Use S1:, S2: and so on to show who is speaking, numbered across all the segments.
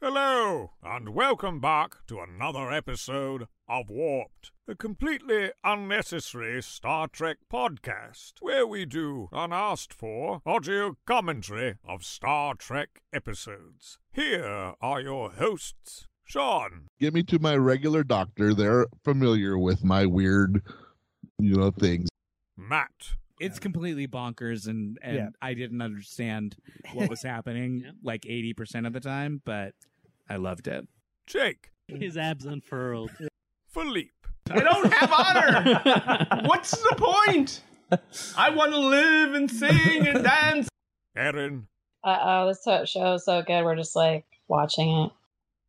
S1: Hello, and welcome back to another episode of Warped, the completely unnecessary Star Trek podcast, where we do unasked for audio commentary of Star Trek episodes. Here are your hosts, Sean.
S2: Get me to my regular doctor. They're familiar with my weird, you know, things.
S1: Matt.
S3: it's completely bonkers and and
S4: Yeah.
S3: i didn't understand what was happening
S5: Yeah.
S3: like 80% of the time but i loved it
S1: Jake.
S5: His abs unfurled.
S1: Philippe.
S6: I don't have honor. What's the point? I want to live and sing and dance.
S1: Erin.
S7: Uh oh, this so- show is so good. We're just like watching it.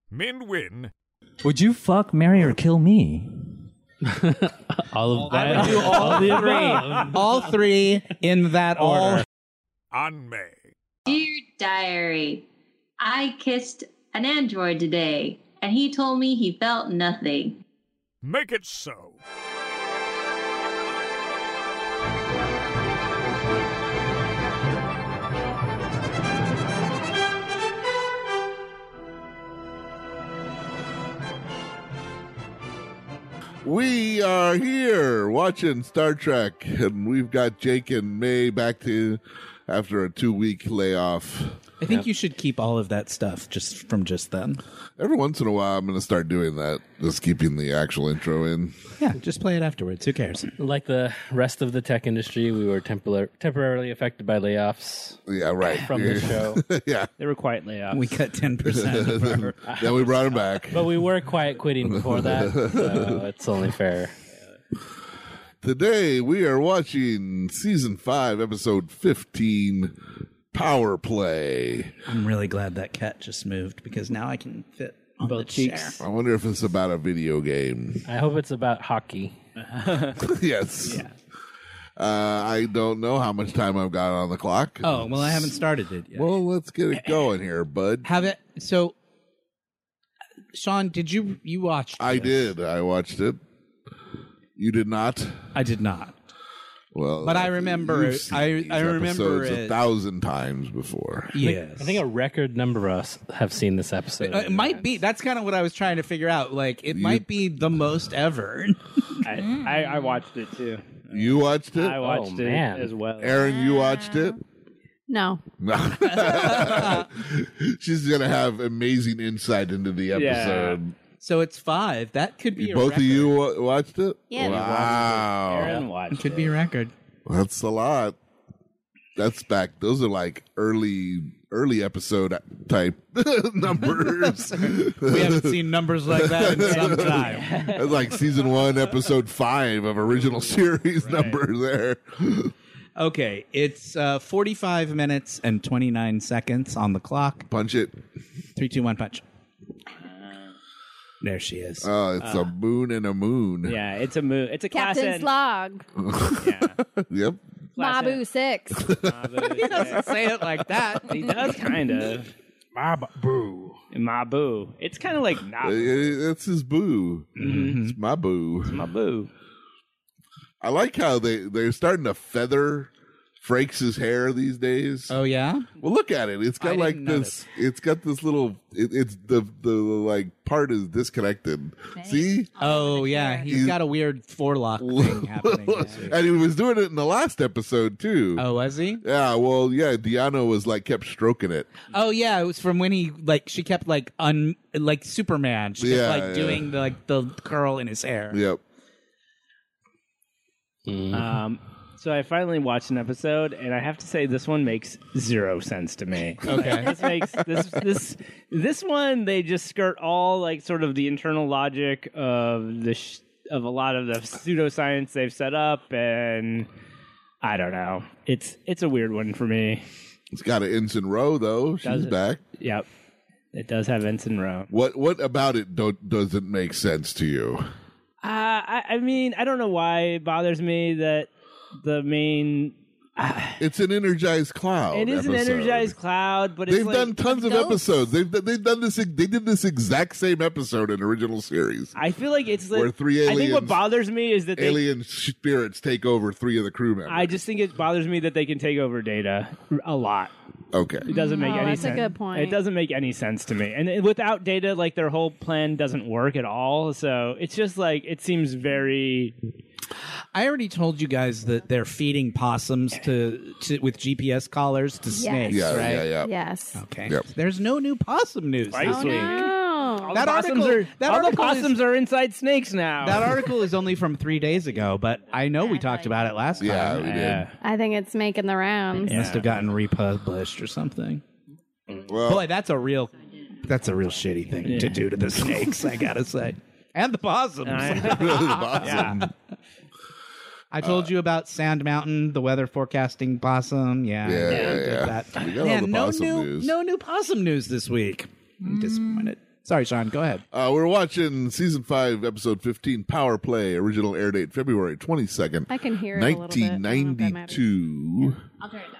S1: Min Win.
S8: Would you fuck, marry, or kill me?
S5: all of
S8: I
S5: that. Um,
S8: would do all
S5: the
S8: three.
S5: above.
S8: All three in that order.
S1: Anme.
S9: Dear diary, I kissed an android today, and he told me he felt nothing.
S1: Make it so.
S2: We are here watching Star Trek, and we've got Jake and May back to after a two week layoff.
S8: I think you should keep all of that stuff just from just then.
S2: Every once in a while, I'm going to start doing that, just keeping the actual intro in.
S8: Yeah, just play it afterwards. Who cares?
S5: Like the rest of the tech industry, we were tempor- temporarily affected by layoffs.
S2: Yeah, right.
S5: From the show.
S2: yeah.
S5: They were quiet layoffs.
S8: We cut ten percent of our
S2: then we brought him back.
S5: but we were quiet quitting before that, so it's only fair.
S2: Today, we are watching season five, episode 15 Power Play.
S8: I'm really glad that cat just moved because now I can fit on
S5: Both
S8: the
S5: cheeks.
S8: chair.
S2: I wonder if it's about a video game.
S5: I hope it's about hockey.
S2: yes. Uh, I don't know how much time I've got on the clock.
S8: Oh well, I haven't started it yet.
S2: Well, let's get it going here, bud.
S8: Have it. So, Sean, did you you watched?
S2: I
S8: this?
S2: did. I watched it. You did not.
S8: I did not.
S2: Well,
S8: But I remember
S2: you've
S8: it.
S2: seen
S8: I-
S2: these
S8: I remember
S2: episodes a
S8: it.
S2: thousand times before.
S8: Yes,
S5: I think a record number of us have seen this episode.
S8: Uh, it might be. That's kind of what I was trying to figure out. Like, it
S2: You-
S8: might be the most ever.
S10: I, I, I watched it too.
S8: Uh,
S2: You watched it,
S10: I watched
S5: Oh,
S10: it
S5: man.
S10: as well.
S2: Aaron. You watched it.
S7: No.
S2: No. She's gonna have amazing insight into the
S10: Yeah.
S2: episode.
S8: so it's five. That could be a
S2: Both
S8: record.
S2: of you wa- watched it.
S7: Yeah.
S2: Wow,
S10: Aaron watched
S8: It could
S10: it.
S8: be a record.
S2: that's a lot. That's back. Those are like early, early episode type numbers.
S8: We haven't seen numbers like that in some time.
S2: That's like season one, episode five of original series number there.
S8: Okay, it's uh, 45 minutes and 29 seconds on the clock.
S2: Punch it.
S8: Three, two, one, punch. Uh, There she is.
S2: Oh, it's
S8: Uh,
S2: a moon and a moon.
S10: Yeah, it's a move. It's a class
S11: Captain's
S10: N.
S11: log.
S2: Yep.
S10: Class
S11: Mabu six.
S8: he doesn't say it like that.
S10: He does kind of Mabu. Mabu. It's kind of like
S2: Uh,
S10: Nabu.
S2: It's his boo.
S8: Mm-hmm.
S2: It's my boo.
S10: Mabu.
S2: I like how they, they're starting to feather Frakes' hair these days.
S8: Oh, yeah?
S2: Well, look at it. It's
S8: I
S2: got
S8: didn't
S2: like this. It's got this little. It, it's the the like part is disconnected. See,
S8: Oh, yeah. He's got a weird forelock thing happening. this week.
S2: and he was doing it in the last episode too.
S8: Oh, was he?
S2: Yeah, well, yeah. Diana was like kept stroking it.
S8: Oh yeah, it was from when he like she kept like un like Superman. She kept
S2: Yeah,
S8: like
S2: yeah.
S8: doing the, like the curl in his hair.
S2: Yep.
S10: Um, so I finally watched an episode, and I have to say this one makes zero sense to me.
S8: Okay.
S10: this makes this this this one they just skirt all like sort of the internal logic of the sh- of a lot of the pseudoscience they've set up, and I don't know. It's it's a weird one for me.
S2: It's got an ensign row though.
S10: Does
S2: She's
S10: it?
S2: back.
S10: Yep, it does have Ensign Row.
S2: What what about it don't, doesn't make sense to you?
S10: Uh, I, I mean, I don't know why it bothers me that the main
S2: It's an energized cloud.
S10: it is an
S2: Oh, episode.
S10: energized cloud, but it's
S2: They've
S10: like,
S2: done tons of episodes. They've done- they've done this. They did this exact same episode in original series.
S10: I feel like it's like
S2: Where three
S10: I think
S2: aliens-
S10: what bothers me is that they
S2: Alien spirits take over three of the crew members.
S10: I just think it bothers me that they can take over data a lot.
S2: Okay.
S10: It doesn't make
S4: Oh,
S10: any
S4: that's a
S10: sense.
S4: good point.
S10: It doesn't make any sense to me. And it- without data, like their whole plan doesn't work at all. So it's just like it seems very
S8: I already told you guys that they're feeding possums to, to with GPS collars to snakes,
S2: Yeah,
S8: right?
S2: yeah, yeah.
S4: Yes.
S8: Okay.
S2: Yep.
S8: There's no new possum news.
S10: Right.
S4: Oh,
S10: Basically.
S4: no.
S8: That
S10: the possums
S8: article-
S10: Are,
S8: that
S10: all
S8: article
S10: the
S8: is-
S10: possums are inside snakes now.
S8: That article is only from three days ago, but I know we talked about it last time.
S2: Yeah, we did.
S10: yeah.
S4: I think it's making the rounds.
S8: Must have gotten republished or something.
S2: Well,
S8: Boy, that's a real that's a real shitty thing to do to the snakes, I gotta say. And the possums.
S10: I-
S2: the possum.
S8: I
S2: Uh,
S8: told you about Sand Mountain, the weather forecasting possum. Yeah,
S2: Yeah,
S8: I
S2: yeah,
S8: did
S2: yeah.
S8: That.
S2: We got all
S8: Man,
S2: the
S8: no
S2: possum
S8: new,
S2: news. Mm.
S8: No new possum news this week. I'm disappointed. Sorry, Sean. Go ahead.
S2: Uh, we're watching season five, episode fifteen, Power Play. Original air date February twenty second,
S4: I can hear it a little bit. I
S2: nineteen
S4: don't know if
S2: ninety
S4: that matters.
S2: two.
S9: I'll turn it down.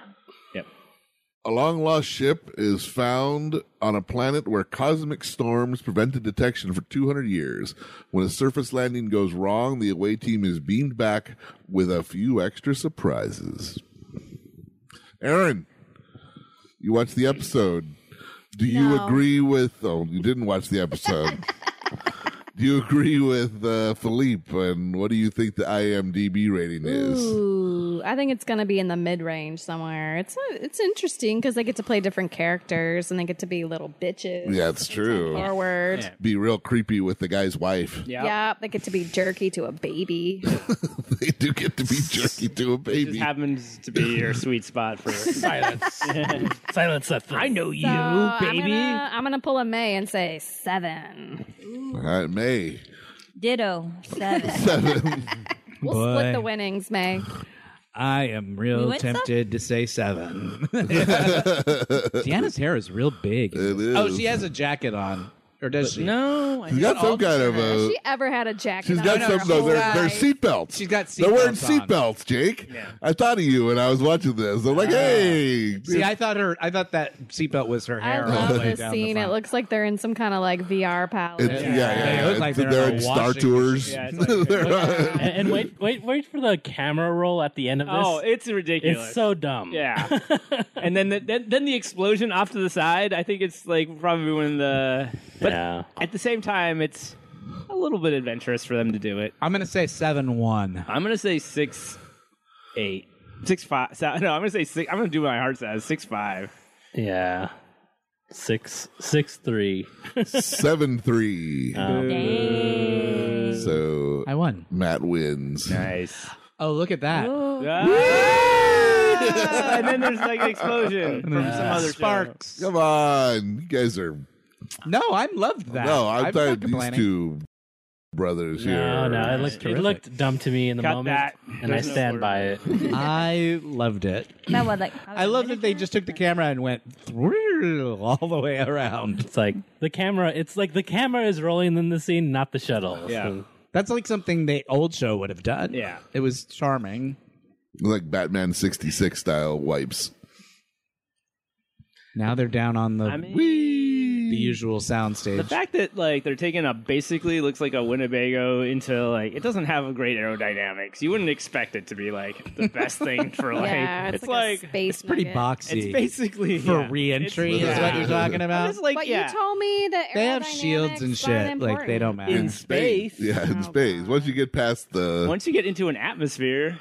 S2: A long lost ship is found on a planet where cosmic storms prevented detection for 200 years. When a surface landing goes wrong, the away team is beamed back with a few extra surprises. Aaron, you watched the episode. Do you
S4: No.
S2: agree with. Oh, you didn't watch the episode. do you agree with uh, Philippe? And what do you think the IMDb rating is?
S4: Ooh, I think it's gonna be in the mid range somewhere. It's it's interesting because they get to play different characters and they get to be little bitches.
S2: Yeah, it's true.
S4: Forward.
S2: Be real creepy with the guy's wife.
S10: Yeah.
S4: Yeah, they get to be jerky to a baby.
S2: they do get to be jerky to a
S10: It just
S2: baby.
S10: happens to be your sweet spot for silence.
S5: Silence that thing.
S10: I know you,
S4: So, I'm
S10: baby.
S4: gonna- I'm gonna pull a May and say seven.
S2: All right, May
S9: Ditto. Seven.
S2: seven.
S4: We'll
S8: Boy.
S4: split the winnings, May.
S8: I am
S9: You
S8: real
S9: went
S8: tempted to say seven.
S2: it
S8: Deanna's hair is real big.
S2: is.
S8: Oh, she has a jacket on, or does she?
S10: no, I
S2: She's got some kind of
S4: Has
S2: a.
S4: she ever had a jacket?
S2: She's
S4: on
S2: got
S4: her
S2: some. No,
S4: whole
S2: they're, they're
S4: life?
S2: seatbelts.
S8: She's got
S2: They're wearing
S8: seatbelts on.
S2: seatbelts, Jake. I thought of you when I was watching this. I'm like, hey,
S8: See, I thought her. I thought that seatbelt was her
S4: I
S8: hair. all
S4: love
S8: the way
S4: this
S8: down the
S4: scene. It
S8: front.
S4: looks like they're in some kind of like VR palace.
S2: It's- yeah, yeah,
S8: They
S2: yeah.
S8: look
S2: It's-
S8: like
S2: they're,
S8: they're on
S2: in
S8: a
S2: Star
S8: washing
S2: Tours.
S10: machine. Yeah, it's
S2: They're
S5: and, and wait, wait, wait for the camera roll at the end of this.
S10: Oh, it's ridiculous.
S5: it's so dumb.
S10: Yeah. and then the, then then the explosion off to the side. I think it's like probably when the but
S5: yeah.
S10: at the same time it's a little bit adventurous for them to do it.
S8: I'm gonna say seven one.
S10: I'm gonna say six, eight, six five. So, no, I'm gonna say six. I'm gonna do what my heart says six five.
S5: Yeah. Six six three. Um,
S2: seven three.
S5: Uh,
S9: Dang.
S2: So
S8: I won.
S2: Matt wins.
S10: Nice.
S8: Oh, look at that.
S10: Ah! and then there's like an explosion from some other spark.
S8: Sparks.
S2: Come on, you guys are.
S8: No, I loved that.
S2: No, I'm,
S8: not
S2: tired of these
S8: complaining.
S2: two brothers
S5: No,
S2: here.
S5: no, it looked, it looked dumb to me in the
S10: Cut
S5: moment,
S10: that.
S5: and
S10: There's
S5: I
S10: no
S5: stand
S10: word.
S5: by it.
S8: I loved it.
S9: That was like.
S8: I love that they just took the camera and went through all the way around.
S5: It's like the camera. It's like the camera is rolling in the scene, not the shuttle.
S10: Yeah.
S5: So-
S8: That's like something the old show would have done.
S10: Yeah.
S8: It was charming.
S2: Like Batman 66 style wipes.
S8: Now they're down on the
S10: I mean,
S8: the usual soundstage.
S10: The fact that like they're taking a basically looks like a Winnebago into like it doesn't have a great aerodynamics. You wouldn't expect it to be like the best thing for like
S4: Yeah,
S10: it's, like,
S4: a space.
S8: it's pretty
S4: nugget.
S8: boxy.
S10: it's basically
S8: for
S10: yeah.
S8: reentry
S10: It's-
S8: is what you're
S10: yeah.
S8: talking about.
S10: It's like
S4: But
S10: yeah,
S4: you told me that
S8: They have shields and
S4: aerodynamics aren't
S8: shit. Like they
S4: important.
S8: don't matter.
S10: In space.
S2: Yeah, in
S4: Oh,
S2: space.
S4: God.
S2: Once you get past the.
S10: once you get into an atmosphere,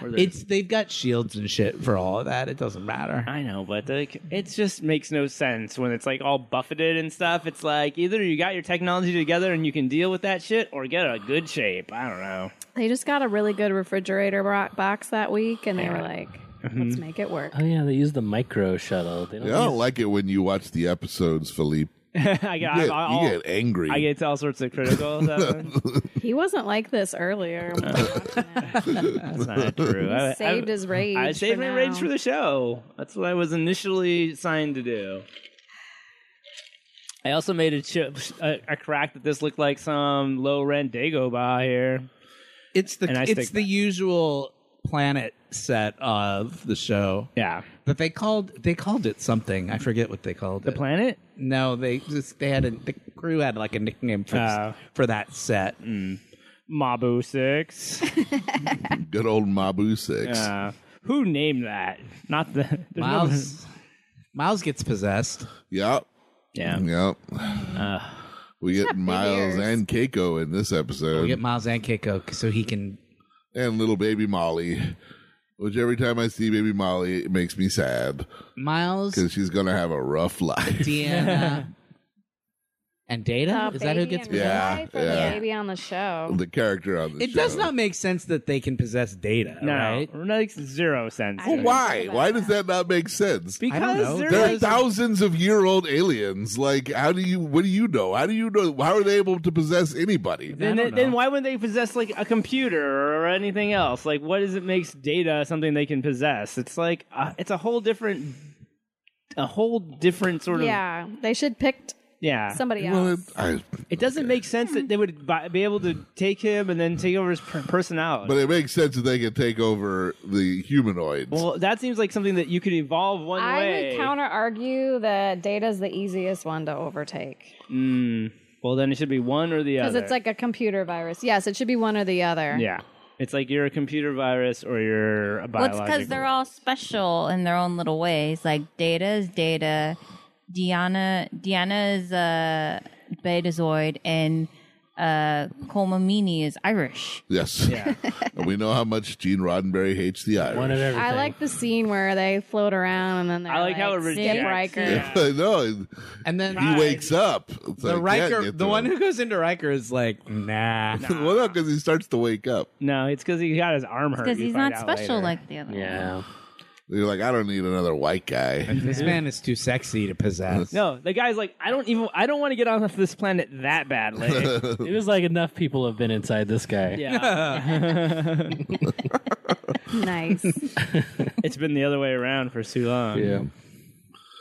S10: or the-
S8: It's they've got shields and shit for all of that. It doesn't matter.
S10: I know, but like it just makes no sense when it's like all buffeted and stuff. It's like either you got your technology together and you can deal with that shit, or get a good shape. I don't know.
S4: They just got a really good refrigerator bro- box that week, and they were like,
S10: Mm-hmm.
S4: "Let's make it work."
S5: oh yeah, they use the micro shuttle. They don't
S2: I don't
S5: use-
S2: like it when you watch the episodes, Philippe.
S10: I got,
S2: You
S10: I,
S2: get,
S10: I,
S2: you get angry.
S10: I get all sorts of critical. stuff.
S4: He wasn't like this earlier. when we were watching it.
S10: That's not true. I,
S4: He saved
S10: I,
S4: his rage.
S10: I saved
S4: for
S10: my
S4: now.
S10: rage for the show. That's what I was initially signed to do. I also made a, chip, a, a crack that this looked like some low rent Dago bar here.
S8: It's the
S10: And I
S8: it's
S10: stick
S8: the
S10: by it.
S8: usual planet set of the show.
S10: Yeah,
S8: But they called they called it something. I forget what they called
S10: the
S8: it.
S10: planet.
S8: No, they just they had a the crew had like a nickname for
S10: Oh.
S8: for that set.
S10: Mabu Six.
S2: Good old Mabu Six.
S10: Uh, who named that? Not the there's no-
S8: Miles Miles gets possessed.
S2: Yep.
S10: Yeah.
S2: Yep.
S10: Uh,
S2: We get
S4: big
S2: Miles
S4: ears.
S2: and Keiko in this
S8: We
S2: episode,
S8: get Miles and Keiko so he can.
S2: and little baby Molly, which every time I see baby Molly, it makes me sad
S8: Miles,
S2: because she's gonna have a rough life.
S8: Deanna, and Data?
S4: Uh,
S8: Is that who
S4: baby
S8: gets
S4: in real
S8: possessed?
S2: Yeah,
S4: life or the
S2: yeah.
S4: Baby on the show.
S2: the character on the
S8: It does
S2: show.
S8: not make sense that they can possess Data,
S10: no,
S8: right?
S10: makes zero sense.
S4: I
S2: Well,
S4: don't
S2: why?
S4: know about
S2: Why does that not make sense?
S8: I don't know.
S10: Because there
S2: They're
S10: was-
S2: thousands of year old aliens. Like, how do you? What do you know? How do you know? How are they able to possess anybody?
S10: Then,
S8: I don't
S10: then
S8: know.
S10: why wouldn't they possess like a computer or anything else? Like, what is it makes data something they can possess? It's like uh, it's a whole different, a whole different sort of
S4: Yeah, they should pick
S10: yeah.
S4: somebody
S2: Well,
S4: else.
S2: it, I,
S10: It doesn't make sense that they would bi- be able to take him and then take over his per- personality.
S2: but it makes sense that they can take over the humanoids.
S10: well, that seems like something that you could evolve one
S4: I
S10: way.
S4: would counter argue that data's the easiest one to overtake
S10: Mm. Well, then it should be one or the other.
S4: because it's like a computer virus. Yes, it should be one or the other.
S10: yeah, it's like you're a computer virus or you're a
S11: Well, it's
S10: biological.
S11: because they're all special in their own little ways. Like Data is Data, Deanna, Deanna is uh, Betazoid, and uh, Colmamini is Irish.
S2: yes,
S10: yeah.
S2: and we know how much Gene Roddenberry hates the Irish.
S5: One of everything.
S4: I like the scene where they float around and then they're
S10: I like how it
S4: Skip
S10: rejects.
S4: Riker.
S10: Yeah.
S2: no,
S8: And then
S2: he wakes up. It's like,
S8: the
S2: can't
S8: Riker,
S2: get
S8: the
S2: to
S8: one
S2: him.
S8: who goes into Riker is like, nah.
S2: well, no, because he starts to wake up.
S10: No, it's because he got his arm hurt.
S11: Because
S10: you
S11: he's
S10: find
S11: not
S10: out
S11: special
S10: later.
S11: like the other
S5: yeah.
S2: You're like, I don't need another white guy.
S8: This man is too sexy to possess.
S10: No, the guy's like, I don't even, I don't want to get off this planet that badly.
S5: It was like enough people have been inside this guy.
S10: yeah,
S4: Nice.
S10: it's been the other way around for too long.
S5: Yeah.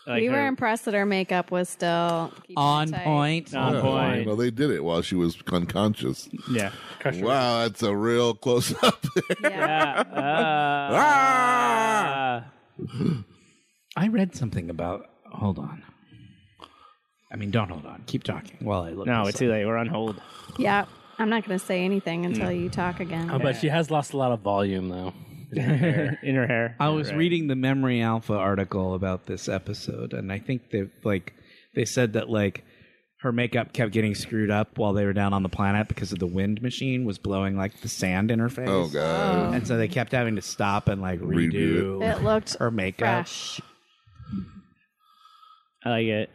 S10: Like
S4: we were
S10: her-
S4: impressed that her makeup was still keeping
S8: On
S4: it tight.
S8: point.
S10: on
S2: Oh,
S10: point.
S2: Well, they did it while she was unconscious.
S10: Yeah.
S2: Wow, that's a real close up.
S4: Yeah.
S10: Uh,
S2: Ah!
S8: I read something about. Hold on. I mean, don't hold on. Keep talking while I look.
S10: no,
S8: this
S10: it's
S8: up.
S10: too late. We're on hold.
S4: yeah. I'm not going to say anything until
S10: Mm.
S4: you talk again.
S5: Oh, but she has lost a lot of volume though.
S10: In her hair.
S8: I was reading the Memory Alpha article about this episode, and I think they like they said that like her makeup kept getting screwed up while they were down on the planet because of the wind machine was blowing like the sand in her face.
S2: oh god.
S8: And so they kept having to stop and like
S2: Redo
S8: redo,
S4: it looked
S8: her makeup.
S4: fresh.
S10: I like it.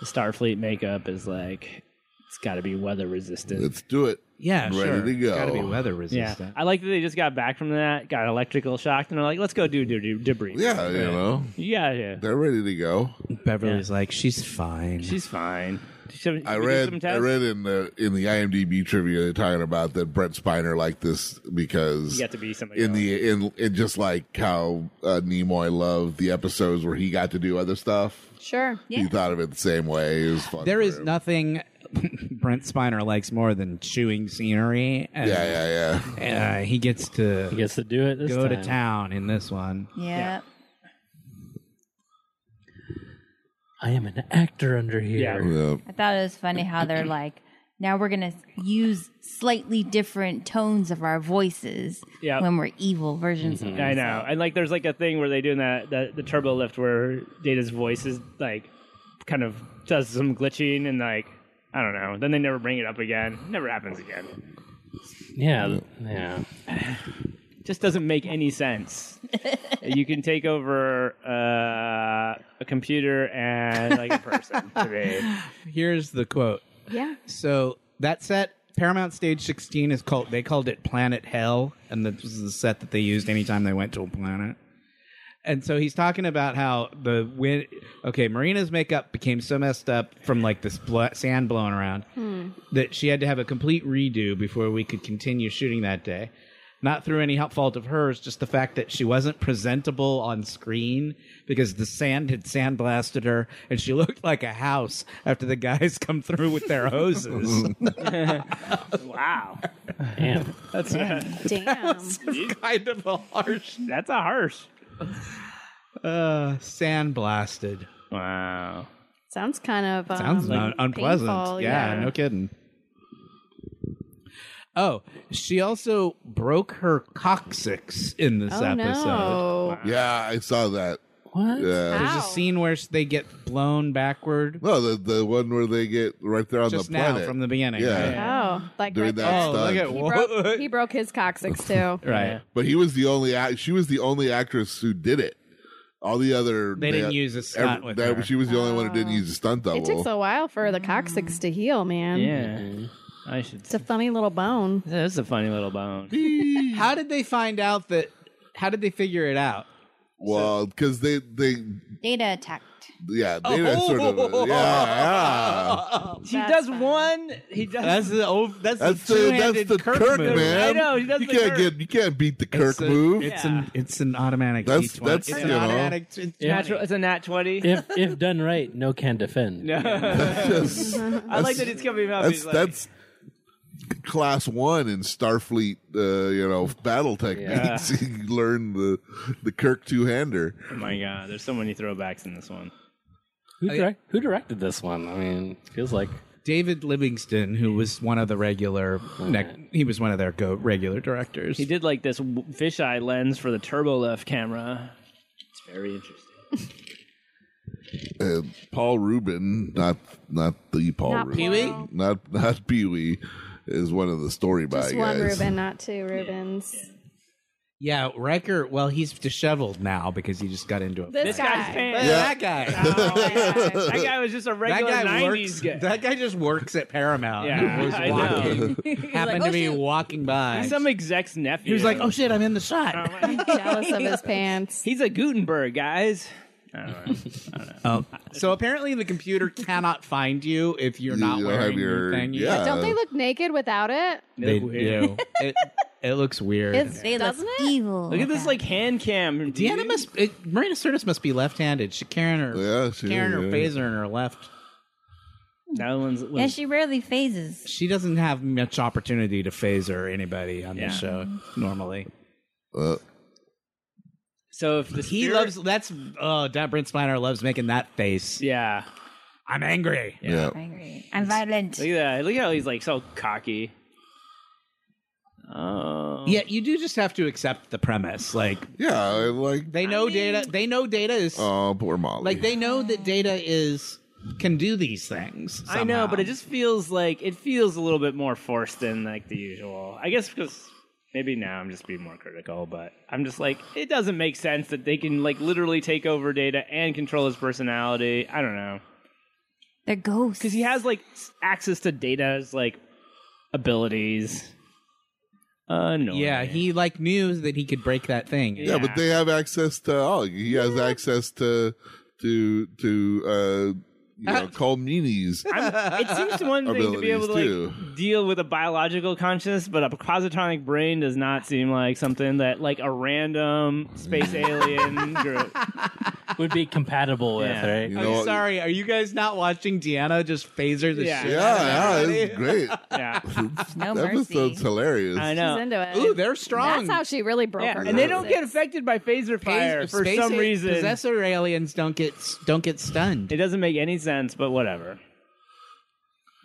S10: The Starfleet makeup is like it's got to be weather resistant.
S2: Uh, Let's do it.
S8: Yeah,
S2: Ready
S8: sure.
S2: to
S8: It's gotta be
S2: go.
S8: weather
S10: yeah,
S8: resistant.
S10: I like that they just got back from that, got electrical shocked, and they're like, "Let's go do do do debris."
S2: Yeah, you know.
S10: yeah, yeah.
S2: They're ready to go.
S8: Beverly's like, she's fine.
S10: She's fine. Should-
S2: I
S10: should we do
S2: read
S10: some
S2: I
S10: tests?
S2: read in the in the IMDb trivia they're talking about that Brent Spiner liked this because
S10: You got to be somebody
S2: in
S10: else.
S2: the in, in just like how uh, Nimoy loved the episodes where he got to do other stuff.
S4: Sure.
S2: He thought of it the same way. It was fun.
S8: there
S2: for
S8: is
S2: him.
S8: nothing Brent Spiner likes more than chewing scenery. And,
S2: Yeah, yeah, yeah.
S8: Uh, he gets to
S5: He gets to do it this
S8: go to
S5: time.
S8: town in this one.
S11: one. Yeah.
S5: I am an actor under here.
S2: Yeah.
S11: I thought it was funny how they're like, now we're going to use slightly different tones of our voices
S10: Yeah. Mm-hmm.
S11: when we're evil versions of
S10: I
S11: ourselves.
S10: know, and like there's like a thing where they do that the, the turbo lift where Data's voice is like kind of does some glitching and like I don't know. Then they never bring it up again. Never happens again.
S5: Yeah. Yeah.
S10: just doesn't make any sense. you can take over uh, a computer and like a person to me.
S8: Here's the quote.
S4: Yeah.
S8: So that set, Paramount Stage 16 is called. They called it Planet Hell, and this was the set that they used anytime they went to a planet. And so he's talking about how the wind. Okay, Marina's makeup became so messed up from like this bl- sand blowing around that she had to have a complete redo before we could continue shooting that day. Not through any help fault of hers, just the fact that she wasn't presentable on screen because the sand had sandblasted her and she looked like a house after the guys come through with their hoses.
S10: Wow,
S5: Damn.
S10: that's a,
S4: Damn.
S8: kind of a harsh.
S10: that's a harsh.
S8: Uh, sandblasted.
S10: Wow.
S4: Sounds kind of um,
S8: Sounds un- unpleasant.
S4: painful,
S8: yeah, no kidding. Oh, she also broke her coccyx in this
S4: Oh
S8: episode.
S4: no.
S2: Yeah, I saw that.
S5: What?
S2: Yeah.
S8: There's a scene where they get blown backward.
S2: No, the the one where they get right there on
S8: Just
S2: the
S8: now,
S2: planet
S8: from the beginning,
S2: Yeah,
S8: right?
S4: Oh, like
S2: doing
S4: right
S2: that
S4: there.
S2: stunt.
S4: He broke, he broke his coccyx too.
S8: Right.
S2: But he was the only. act- She was the only actress who did it. All the other
S8: They didn't use a stunt with
S2: that-
S8: her.
S2: She was the only one who didn't use a stunt double.
S4: Oh. It takes a while for the coccyx to heal, man.
S10: Yeah. Mm-hmm. I should.
S4: It's a funny little bone.
S10: That's a funny little bone.
S8: how did they find out that? How did they figure it out?
S2: well, because they they
S11: Data attacked.
S2: yeah they sort of yeah, yeah.
S10: He does one. He does.
S8: That's the old. That's,
S2: That's
S8: the
S2: the,
S8: two-handed
S2: that's the Kirk,
S8: move.
S2: man.
S10: I know, he does
S2: you
S10: the
S2: can't
S10: Kirk.
S2: get you can't beat the Kirk
S8: It's a-
S2: move.
S8: It's an it's an automatic.
S2: That's-
S8: D20.
S2: that's,
S8: it's
S2: you
S8: an
S2: know.
S8: automatic.
S10: Natural, it's a nat 20.
S5: if if done right, no can defend.
S2: That's-
S10: I like that it's coming out.
S2: that's
S10: He's like,
S2: that's class one in Starfleet. Uh, you know, battle techniques. you learn the the Kirk two hander.
S10: oh my God, there's so many throwbacks in this one.
S5: Who, direct, who directed this one? I mean, feels like
S8: David Livingston, who was one of the regular, ne- he was one of their go regular directors.
S10: He did like this w- fisheye lens for the turbo left camera. It's very interesting.
S2: Uh, Paul Rubin, not not the Paul
S4: Not
S2: Rubin,
S4: Pee-wee? Paul.
S2: not not Pee Wee, is one of the story by
S4: Just
S2: guys.
S4: one Reuben, not two Rubens.
S8: Yeah, Riker. Well, he's disheveled now because he just got into a.
S4: This, guy.
S10: guy's pants.
S8: That guy.
S10: Oh, That guy was just a
S8: That
S10: regular
S8: guy
S10: 90s
S8: works.
S10: guy.
S8: That guy just works at Paramount.
S10: Yeah,
S8: he was
S10: I know.
S8: walking.
S11: He's
S8: Happened
S11: like,
S8: to be
S11: "Oh, shit."
S8: walking by.
S10: He's some exec's nephew.
S8: He was like, "Oh shit, I'm in the shot."
S4: Jealous of his pants.
S10: he's a Gutenberg, guys. I don't know.
S8: So apparently, the computer cannot find you if you're
S2: You
S8: not
S2: don't
S8: wearing
S2: have your-
S8: your thing.
S2: yeah.
S4: But don't they look naked without it?
S8: They
S10: Look
S8: do. it, it looks weird.
S4: It's,
S11: They
S4: doesn't
S11: look
S4: it?
S11: evil.
S10: Look at this like hand cam.
S8: Deanna
S10: dude.
S8: must. It, Marina Sirtis must be left-handed. She Karen or
S2: Yeah, she
S8: Karen or
S2: is, yeah.
S8: Phaser in her left.
S10: That one's.
S11: Yeah, she rarely phases.
S8: She doesn't have much opportunity to phaser anybody on
S10: Yeah.
S8: this show normally.
S2: Uh,
S10: so if the
S8: He
S10: spirit-
S8: loves. That's oh, Don Brent Spiner loves making that face.
S10: Yeah.
S8: I'm angry.
S2: yeah.
S11: I agree. I'm violent.
S10: Look at that. Look at how he's like so cocky. Oh.
S8: Yeah, you do just have to accept the premise. Like
S2: yeah, I like
S8: they know data. They know data is
S2: oh poor Molly.
S8: like they know that data is can do these things.
S10: I know, but
S8: somehow.
S10: it just feels like it feels a little bit more forced than like the usual. I guess because maybe now I'm just being more critical, but I'm just like it doesn't make sense that they can like literally take over Data and control his personality. I don't know
S11: They're ghosts.
S10: because he has like s- access to Data's like abilities. Uh, no.
S8: yeah, he like knew that he could break that thing.
S2: yeah, but they have access to all. He has access to to to uh, you know, Colmeny's.
S10: I'm, it seems one thing to be able to like
S2: Abilities,
S10: deal with a biological consciousness, but a positronic brain does not seem like something that like a random space alien group.
S5: would be compatible with
S10: Yeah.
S5: right.
S2: You
S8: I'm
S2: know,
S8: sorry. Are you guys not watching Deanna just phaser the
S10: Yeah.
S8: shit?
S2: Yeah, yeah, it's great.
S10: Yeah,
S11: no
S2: that
S11: mercy.
S2: episode's hilarious.
S10: I
S4: She's
S10: know.
S4: into it.
S8: Ooh, they're strong.
S4: That's how she really broke
S10: Yeah,
S4: her.
S10: and they don't
S4: coccyx.
S10: get affected by phaser
S8: Phas-
S10: fire for
S8: space
S10: some
S8: a-
S10: reason.
S8: Possessor aliens don't get s- don't get stunned.
S10: It doesn't make any sense, but whatever.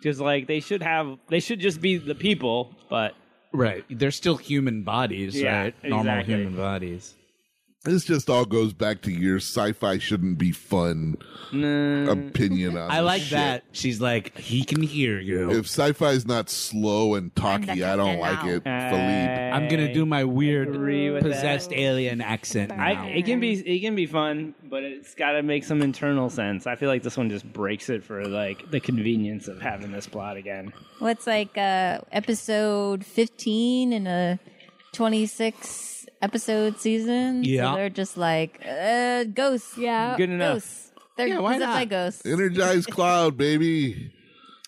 S10: Because like they should have, they should just be the people. But
S8: right. They're still human bodies,
S10: Yeah,
S8: right? Normal
S10: exactly.
S8: human bodies.
S2: This just all goes back to your sci-fi shouldn't be fun opinion on.
S8: I
S2: this
S8: like
S2: shit.
S8: that. She's like, he can hear you.
S2: If sci-fi is not slow and talky, I don't like it, Philippe.
S8: I'm gonna do my weird
S10: agree with
S8: possessed alien accent
S10: I,
S8: now.
S10: it can be it can be fun, but it's got to make some internal sense. I feel like this one just breaks it for like the convenience of having this plot again.
S11: What's like uh, episode 15 in a 26 episode season? So
S8: Yeah.
S11: they're just like, uh, ghosts.
S4: Yeah.
S10: Good enough.
S11: Ghosts. They're
S8: Yeah, why
S11: possessed by
S8: not?
S11: ghosts.
S2: Uh, Energized Cloud, baby.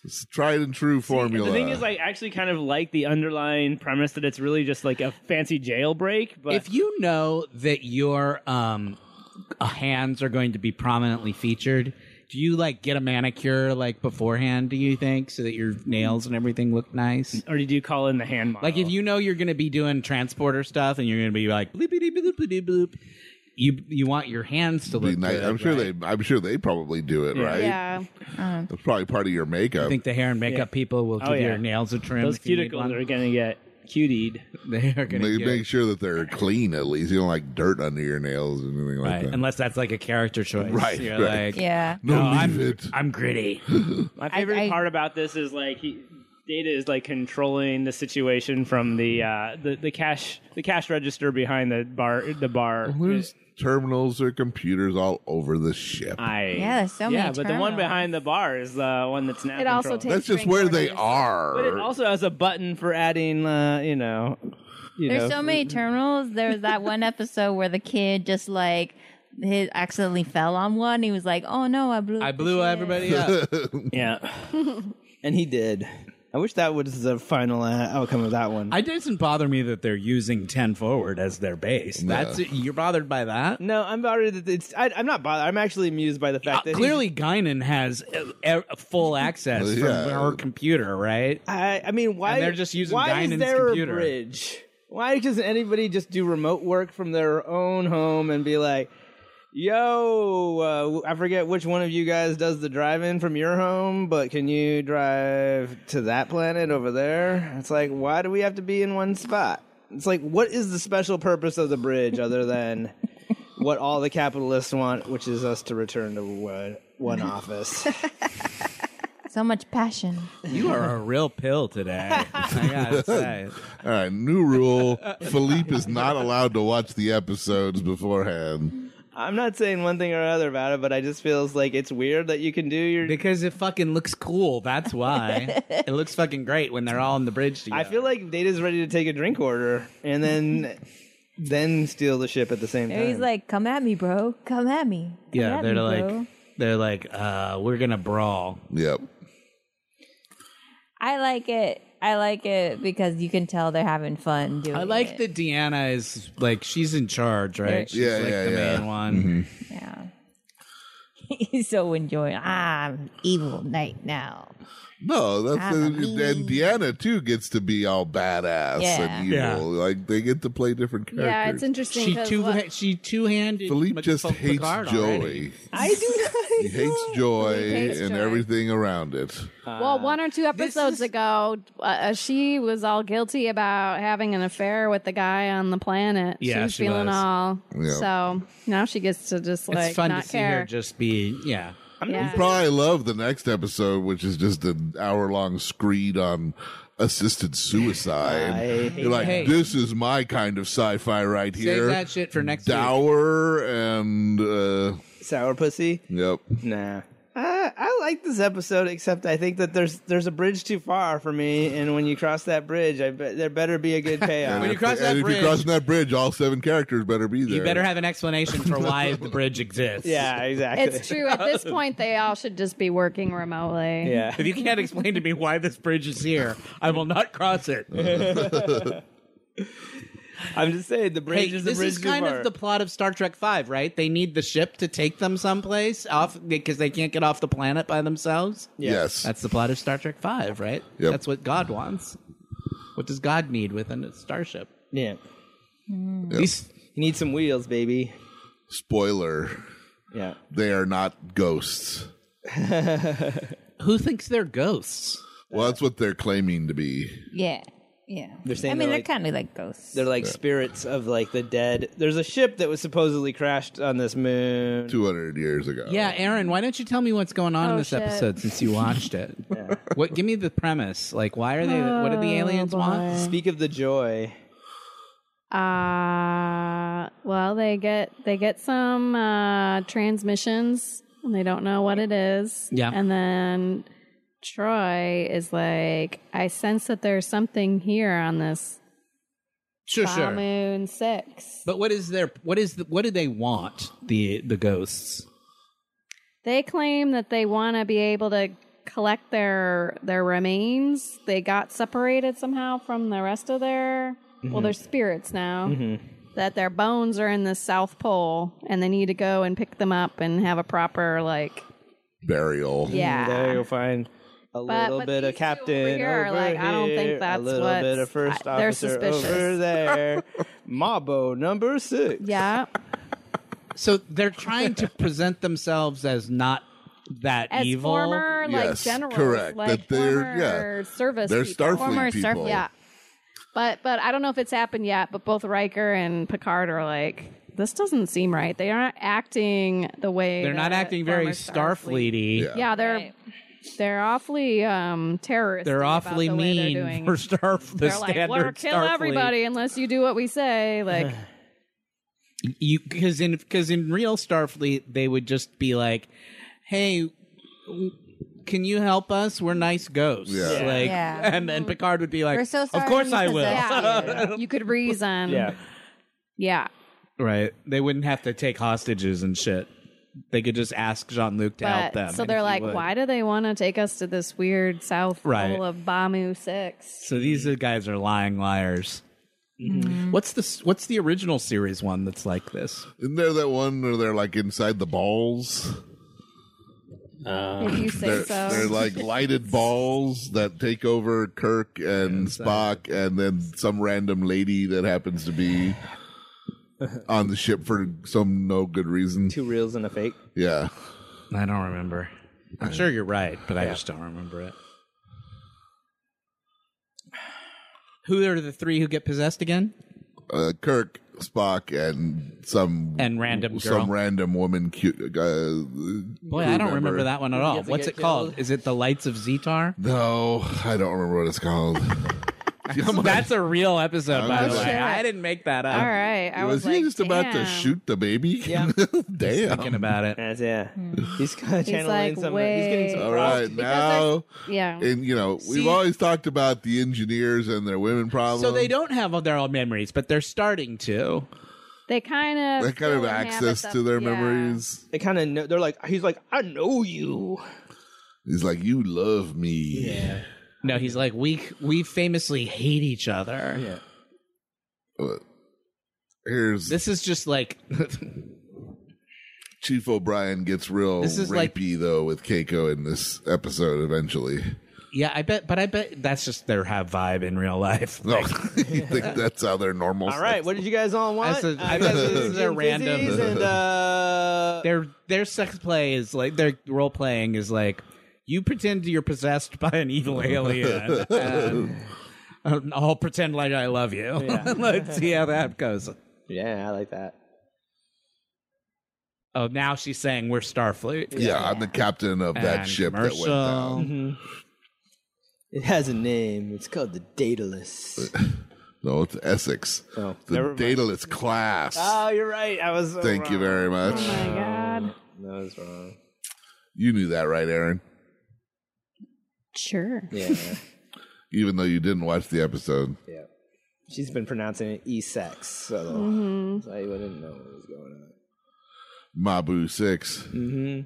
S2: It's a tried and true formula.
S10: The thing is, I actually kind of like the underlying premise that it's really just like a fancy jailbreak. But
S8: if you know that your um uh, hands are going to be prominently featured do you like get a manicure like beforehand do you think so that your nails and everything look nice
S10: or did you call in the hand model?
S8: like if you know you're going to be doing transporter stuff and you're going to be like bloop bloop bloop bloop you you want your hands to
S2: Be
S8: look
S2: nice.
S8: good,
S2: I'm sure
S8: right?
S2: they. I'm sure they probably do it right.
S4: Yeah.
S2: It's probably part of your
S8: I
S2: makeup.
S8: think the hair and makeup people will give
S10: yeah.
S8: your nails a trim
S10: those
S8: if you need
S10: cuticles
S8: one.
S10: are gonna get cutied.
S3: They are
S10: gonna
S2: make,
S10: get-
S2: make sure that they're clean at least. You don't like dirt under your nails and anything like
S3: Right.
S2: that.
S8: Unless that's like a character choice.
S2: Right,
S8: You're
S2: right.
S8: like,
S11: Yeah.
S2: No,
S8: No,
S2: leave
S8: I'm-
S2: it.
S8: I'm gritty.
S10: My favorite part about this is like he, Data is like controlling the situation from the uh, the the cash the cash register behind the bar the bar.
S2: There's terminals or computers all over the ship.
S10: I
S11: Yeah, there's so
S10: yeah,
S11: many
S10: but the one
S11: terminals.
S10: behind the bar is the one that's now.
S11: It also
S10: controlled.
S11: takes
S2: That's just where they are.
S10: But it also has a button for adding, uh, you know, you
S11: There's
S10: know,
S11: so many terminals. There's that one episode where the kid just like his accidentally fell on one. He was like, "Oh no, I blew."
S8: I
S11: up the
S8: blew
S11: ship."
S8: everybody up.
S10: yeah, and he did. I wish that was the final uh, outcome of that one.
S8: I it doesn't bother me that they're using ten forward as their base. That's you're bothered by that.
S10: no, I'm bothered. That it's I, I'm not bothered. I'm actually amused by the fact that he-
S8: Uh, Clearly, Guinan has uh, e- full access
S2: Well,
S8: from
S2: yeah.
S8: her computer, right?
S10: I, I mean, why
S8: And they're just using
S10: why is
S8: Guinan's
S10: there
S8: computer.
S10: a bridge? Why doesn't anybody just do remote work from their own home and be like, "Yo, uh, I forget which one of you guys does the drive-in from your home, but can you drive to that planet over there?" It's like, why do we have to be in one spot? It's like, what is the special purpose of the bridge other than what all the capitalists want, which is us to return to one, one office?
S11: So much passion.
S8: You are a real pill today. I gotta say.
S2: All right, new rule. Philippe is not allowed to watch the episodes beforehand.
S10: I'm not saying one thing or other about it, but I just feels like it's weird that you can do your.
S8: Because it fucking looks cool. That's why it looks fucking great when they're all on the bridge together.
S10: I feel like Data's ready to take a drink order and then then steal the ship at the same time.
S11: And he's like, "Come at me, bro. Come at me." Come
S8: yeah,
S11: at
S8: they're
S11: me,
S8: like
S11: bro."
S8: they're like uh, we're gonna brawl.
S2: Yep.
S11: "I like it. I like it because you can tell they're having fun doing."
S8: I like that Deanna is like she's in charge, right? She's
S2: Yeah,
S8: like
S2: yeah,
S8: the
S2: yeah.
S8: main one.
S11: it. Yeah. He's so enjoying. I'm evil knight now.
S2: No,
S4: Ah,
S2: that's
S11: I'm a
S2: and Deanna too gets to be all badass
S11: Yeah.
S2: and evil.
S8: Yeah.
S2: Like they get to play different characters.
S4: Yeah, it's interesting.
S8: She
S4: 'cause
S8: two
S4: what-
S8: she two handed.
S2: Philippe just hates Joey.
S10: I do
S2: He hates Joy
S4: hates
S2: and
S4: Joy.
S2: everything around it.
S4: Well, one or two episodes ago, uh, uh, she was all guilty about having an affair with the guy on the planet.
S8: Yeah,
S4: she was
S8: she
S4: feeling
S8: was.
S4: all.
S2: Yeah.
S4: So now she gets to just like
S8: it's fun
S4: not
S8: to see
S4: care.
S8: her just be yeah.
S4: yeah.
S2: Probably love the next episode, which is just an hour long screed on assisted suicide. You're like,
S8: Hey.
S2: this is my kind of sci fi right
S8: Save
S2: here.
S8: that shit for next week.
S2: Dour and uh,
S10: sour pussy.
S2: yep.
S10: Nah. I, I like this episode, except I think that there's there's a bridge too far for me, and when you cross that bridge, I bet there better be a good payoff.
S8: When you cross
S2: and
S8: that
S2: if
S8: bridge-
S2: you're crossing that bridge, all seven characters better be there.
S8: You better have an explanation for why the bridge exists.
S10: yeah, exactly.
S4: It's true. At this point, they all should just be working remotely.
S10: Yeah.
S8: If you can't explain to me why this bridge is here, I will not cross it.
S10: I'm just saying the bridge
S8: Hey,
S10: is the
S8: this
S10: bridge
S8: is
S10: too
S8: kind
S10: far.
S8: of the plot of Star Trek Five, right? They need the ship to take them someplace off because they can't get off the planet by themselves.
S2: Yes.
S8: That's the plot of Star Trek Five, right?
S2: Yep.
S8: That's what God wants. What does God need within a starship?
S10: yeah.
S8: These-
S10: You need some wheels, baby.
S2: Spoiler
S10: Yeah.
S2: they are not ghosts.
S8: who thinks they're ghosts?
S2: Well, that's what they're claiming to be.
S11: Yeah, yeah.
S10: They're saying
S11: I mean,
S10: they're
S11: they're
S10: like-
S11: kind of like ghosts.
S10: They're like spirits of like the dead. There's a ship that was supposedly crashed on this moon.
S2: 200 years ago.
S8: Yeah, Aaron, why don't you tell me what's going on in
S4: Oh,
S8: this
S4: shit.
S8: episode since you watched it? What? Give me the premise. Like, why are they? what do the
S4: Oh,
S8: aliens want?
S10: Speak of the joy.
S4: Uh, well, they get they get some uh, transmissions and they don't know what it is.
S8: Yeah.
S4: And then Troy is like, I sense that there's something here on this
S8: Sure,
S4: Full
S8: sure.
S4: Moon Six.
S8: But what is their? What is the? What do they want? The the ghosts.
S4: They claim that they want to be able to collect their their remains. They got separated somehow from the rest of their well, their spirits now. That their bones are in the South Pole, and they need to go and pick them up and have a proper like
S2: Burial.
S4: yeah.
S10: There you'll find a little
S4: but
S10: bit of
S4: these two over
S10: captain over
S4: here are like, I don't think
S10: here,
S4: that's
S10: a little
S4: what's-
S10: bit of first
S4: I- they're
S10: officer over
S4: suspicious.
S10: there. Mabo number six.
S4: Yeah,
S8: So they're trying to present themselves as not that
S4: as
S8: evil.
S4: former like
S2: Yes,
S4: generals,
S2: correct.
S4: like
S2: that they're
S4: former
S2: yeah,
S4: service,
S2: they're
S4: people.
S2: Starfleet
S11: Former
S2: people.
S11: Starfleet.
S4: yeah. But but I don't know if it's happened yet. But both Riker and Picard are like, this doesn't seem right. They aren't acting the way
S8: They're not
S4: that
S8: acting very
S4: former Starfleet-
S8: Starfleety.
S4: Yeah, they're they're awfully um, terrorist.
S8: They're awfully
S4: the way they're
S8: mean
S4: doing
S8: for
S4: it.
S8: Starf the
S4: they're
S8: standard
S4: like, we're kill
S8: Starfleet.
S4: everybody unless you do what we say. Like,
S8: you because in because in real Starfleet they would just be like, "Hey, w- can you help us? We're nice ghosts."
S2: Yeah.
S8: Like,
S2: Yeah.
S4: Yeah.
S8: and then Picard would be like,
S4: we're so sorry.
S8: "Of course
S4: we
S8: I will."
S4: possessed You. You could reason.
S8: Yeah.
S4: Yeah.
S8: Right. They wouldn't have to take hostages and shit. They could just ask Jean Luc to help them.
S4: So
S8: and
S4: they're
S8: he
S4: like,
S8: would.
S4: why do they want to take us to this weird South
S8: Right.
S4: Pole of Bamu Six?
S8: So these guys are lying liars.
S4: Mm-hmm.
S8: What's the What's the original series one that's like this?
S2: Isn't there that one where they're like inside the balls?
S4: If you say
S2: they're,
S4: so.
S2: they're like lighted balls that take over Kirk and Spock, and then some random lady that happens to be on the ship for some no good reason.
S12: Two reels and a fake.
S2: Yeah,
S8: I don't remember. I'm sure you're right, but I just don't remember it. Who are the three who get possessed again?
S2: uh, Kirk, Spock, and some
S8: And random girl.
S2: some random woman. Cute, uh,
S8: Boy, I don't remember that one at all. What's it called? Is it the Lights of Zetar?
S2: No, I don't remember what it's called.
S8: That's a real episode,
S2: I'm
S8: by the
S2: gonna-
S8: way. I didn't make that up.
S4: All right. I
S2: was,
S4: was,
S2: he
S4: like,
S2: just about to
S4: damn.
S2: shoot the baby? Yeah. Damn.
S8: Thinking about it.
S12: yeah. He's kind of
S4: Hmm. He's
S12: channeling
S4: like,
S12: some.
S4: wait.
S12: He's getting some.
S2: All right, now,
S4: Yeah.
S2: and you know, we've
S8: See-
S2: always talked about the engineers and their women problems.
S8: So they don't have all their old memories, but they're starting to.
S4: They kind of.
S2: They kind of
S4: still inhabit
S2: access
S4: them.
S2: to their
S4: Yeah.
S2: memories.
S12: They kind of know. They're like, he's like, I know you.
S2: He's like, you love me. Yeah.
S8: No, he's like we we famously hate each other. Yeah.
S2: Here's
S8: This is just like
S2: Chief O'Brien gets real
S8: This is
S2: rapey
S8: like-
S2: though with Keiko in this episode eventually.
S8: yeah, I bet, but I bet that's just their have vibe in real life.
S2: No, you think that's how they're normal?
S12: All right, what did you guys all want?
S8: That's a-
S12: I guess
S8: this is a
S12: Jim
S8: random-
S12: Fizzies And, uh,
S8: their their sex play is like their role playing is like you pretend you're possessed by an evil alien. and um, I'll pretend like I love you.
S12: Yeah.
S8: Let's see how that goes.
S12: yeah, I like that.
S8: Oh, now she's saying we're Starfleet.
S2: Yeah, I'm the captain of that
S8: And
S2: ship that went
S8: commercial.
S2: down.
S12: Mm-hmm. It has a name. It's called the Daedalus.
S2: No, it's Essex.
S12: Oh,
S2: the Daedalus class.
S12: oh, you're right. I was. so
S2: Thank you
S12: wrong.
S2: very much.
S4: Oh my god.
S12: That was wrong.
S2: You knew that, right, Aaron?
S4: Sure.
S12: Yeah,
S2: Even though you didn't watch the episode.
S12: yeah. She's been pronouncing it E-sex, so,
S4: Mhm.
S12: so I wouldn't know what was going on.
S2: Mabu 6.
S12: Mm-hmm.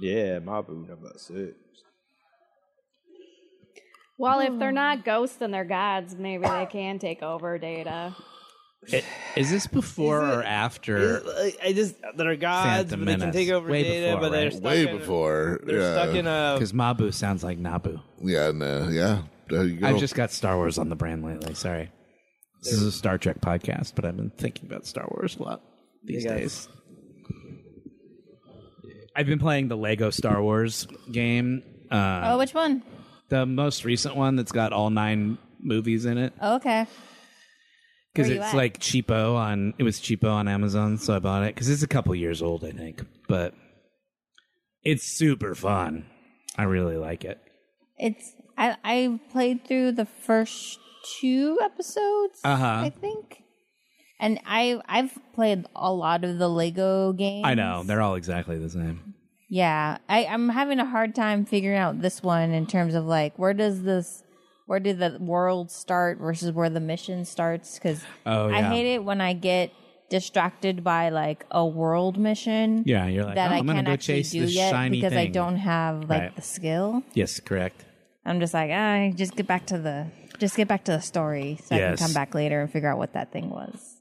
S12: Yeah, Mabu number six.
S4: Well, if they're not ghosts, then they're gods. Maybe they can take over data.
S8: It- Is this before or after?
S12: Is- like, I just they're gods,
S8: Phantom
S12: but they can
S8: Menace.
S12: take over
S8: Way
S12: data,
S8: before,
S12: but they're
S8: right?
S12: stuck
S2: Way
S12: in,
S2: before.
S12: They're
S2: yeah.
S12: stuck in a.
S8: Because Mabu sounds like Nabu.
S2: Yeah, no, yeah. There you go.
S8: I've just got Star Wars on the brain lately. Sorry. This is a Star Trek podcast, but I've been thinking about Star Wars a lot these
S12: got-
S8: days. I've been playing the Lego Star Wars game, uh,
S11: oh, which one?
S8: the most recent one that's got all nine movies in it
S11: Oh, okay.
S8: because
S11: Where you
S8: it's
S11: at?
S8: like cheapo on it was cheapo on Amazon, so I bought it because it's a couple years old, I think, but it's super fun. I really like it.
S11: It's I I played through the first two episodes,
S8: Uh-huh.
S11: I think. And I I've played a lot of the Lego games.
S8: I know they're all exactly the same.
S11: Yeah, I I'm having a hard time figuring out this one in terms of like where does this where did the world start versus where the mission starts cuz
S8: Oh,
S11: I
S8: yeah.
S11: hate it when I get distracted by like a world mission
S8: Yeah, you're like
S11: that
S8: "Oh,
S11: I
S8: I'm gonna
S11: can't
S8: go
S11: actually
S8: chase
S11: do
S8: this
S11: yet
S8: shiny
S11: because I
S8: thing."
S11: don't have like
S8: Right.
S11: the skill.
S8: Yes, correct.
S11: I'm just like, I just get back to the just get back to the story so I
S8: Yes.
S11: can come back later and figure out what that thing was.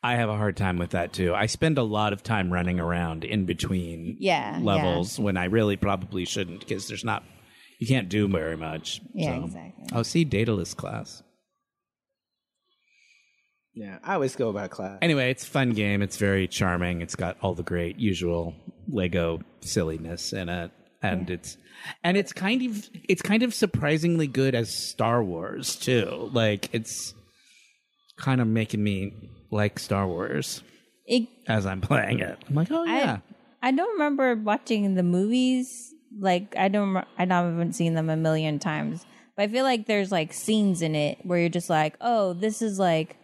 S8: I have a hard time with that too. I spend a lot of time running around in between
S11: Yeah,
S8: levels when I really probably shouldn't because there's not you can't do very much.
S11: Yeah,
S8: so.
S11: exactly.
S8: Oh, see, dataless class.
S12: Yeah, I always go about class.
S8: Anyway, it's a fun game. It's very charming. It's got all the great usual Lego silliness in it, and it's and it's kind of it's kind of surprisingly good as Star Wars too. Like it's kind of making me like Star Wars
S11: It-
S8: as I'm playing it. I'm like, oh yeah,
S11: I, I don't remember watching the movies. Like I don't, rem- I don't- haven't seen them a million times. But I feel like there's like scenes in it where you're just like, oh, this is like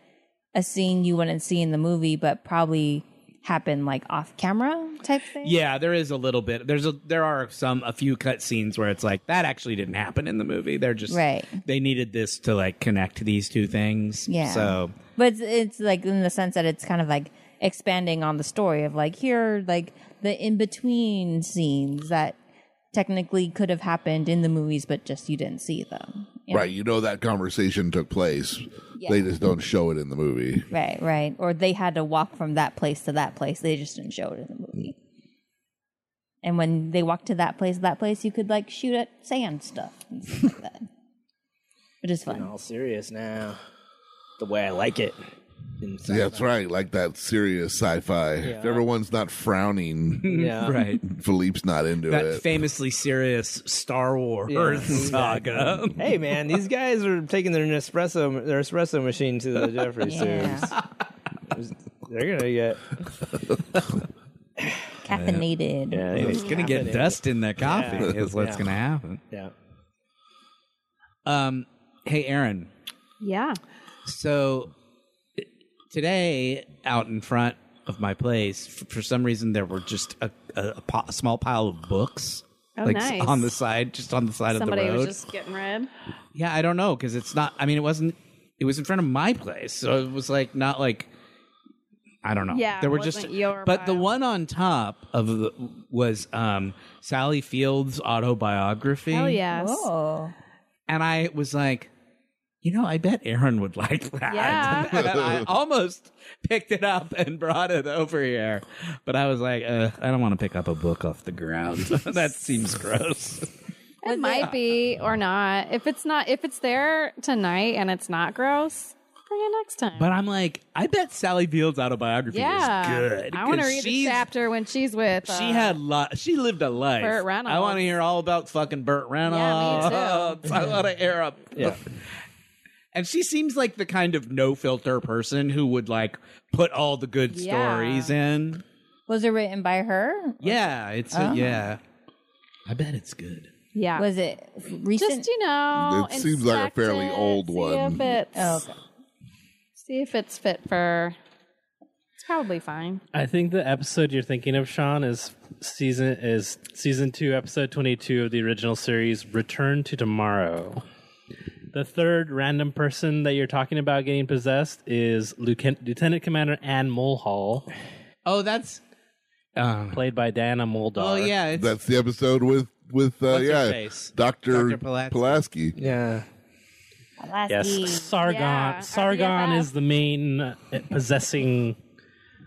S11: a scene you wouldn't see in the movie, but probably happened like off camera type thing.
S8: yeah. There is a little bit. There's a there are some a few cut scenes where it's like that actually didn't happen in the movie. They're just
S11: Right.
S8: They needed this to like connect these two things.
S11: Yeah.
S8: So
S11: But it's, it's like in the sense that it's kind of like expanding on the story of like here, are, like the in between scenes that technically could have happened in the movies, but just you didn't see them. you know?
S2: Right. You know that conversation took place.
S11: Yeah.
S2: They just don't show it in the movie.
S11: Right, right. Or they had to walk from that place to that place. They just didn't show it in the movie. And when they walked to that place, that place, you could like shoot at sand stuff. and stuff like that. It is fun.
S12: Being all serious now. The way I like it. In
S2: Yeah, that's right. Like that serious sci-fi. If
S12: Yeah.
S2: everyone's not frowning.
S12: Yeah.
S8: Right.
S2: Philippe's not into
S8: um, that
S2: it.
S8: famously serious Star Wars
S12: Yeah,
S8: saga.
S12: exactly. hey man, these guys are taking their Nespresso their espresso machine to the Jeffrey
S11: Yeah.
S12: soon. They're gonna get
S11: Caffeinated.
S12: Yeah,
S8: It's gonna get dust in their coffee.
S12: Yeah.
S8: Is what's
S12: Yeah.
S8: gonna happen.
S12: Yeah.
S8: Um. Hey, Aaron.
S4: Yeah.
S8: So today, out in front of my place, f- for some reason, there were just a, a, a, po- a small pile of books,
S4: Oh,
S8: like
S4: nice.
S8: on the side, just on the side
S4: Somebody
S8: of the road.
S4: was just getting rid.
S8: Yeah, I don't know because it's not. I mean, it wasn't. It was in front of my place, so it was like not like. I don't know.
S4: Yeah,
S8: there were
S4: it
S8: just.
S4: wasn't your
S8: But the one on top of the, was um, Sally Field's autobiography.
S4: Hell yes.
S11: Whoa.
S8: And I was like, you know, I bet Aaron would like that.
S4: Yeah.
S8: And I almost picked it up and brought it over here. But I was like, uh, I don't want to pick up a book off the ground. that seems gross.
S4: It might be or not. If it's not, if it's there tonight and it's not gross, bring it next time.
S8: But I'm like, I bet Sally Beale's autobiography
S4: yeah,
S8: is good.
S4: I want to
S8: 'cause
S4: read the
S8: she's-
S4: chapter when she's with. uh,
S8: She had li- she lived a life.
S4: Burt Reynolds.
S8: I want to hear all about fucking Burt Reynolds. I want to hear up.
S12: Yeah.
S8: And she seems like the kind of no filter person who would like put all the good
S11: Yeah.
S8: stories in.
S11: Was it written by her?
S8: Yeah, it's a,
S11: Oh.
S8: yeah. I bet it's good.
S4: Yeah.
S11: Was it recent?
S4: Just you know,
S2: It seems like a
S4: inspect
S2: fairly
S4: it,
S2: old
S4: see
S2: one.
S4: If it's,
S11: Oh, okay.
S4: See if it's fit for. It's probably fine.
S5: I think the episode you're thinking of, Sean, is season is season two, episode twenty two of the original series, Return to Tomorrow. The third random person that you're talking about getting possessed is Lieutenant, Lieutenant Commander Ann Mulhall,
S8: Oh, that's
S5: played by Dana Muldar.
S8: oh yeah, it's
S2: That's the episode with with uh,
S8: What's her
S2: yeah,
S8: face?
S2: Doctor
S8: Dr. Pulaski.
S2: Pulaski.
S12: Yeah.
S5: Yes,
S11: Pulaski.
S5: Sargon.
S4: Yeah, our
S5: Sargon
S4: BFF.
S5: is the main uh, possessing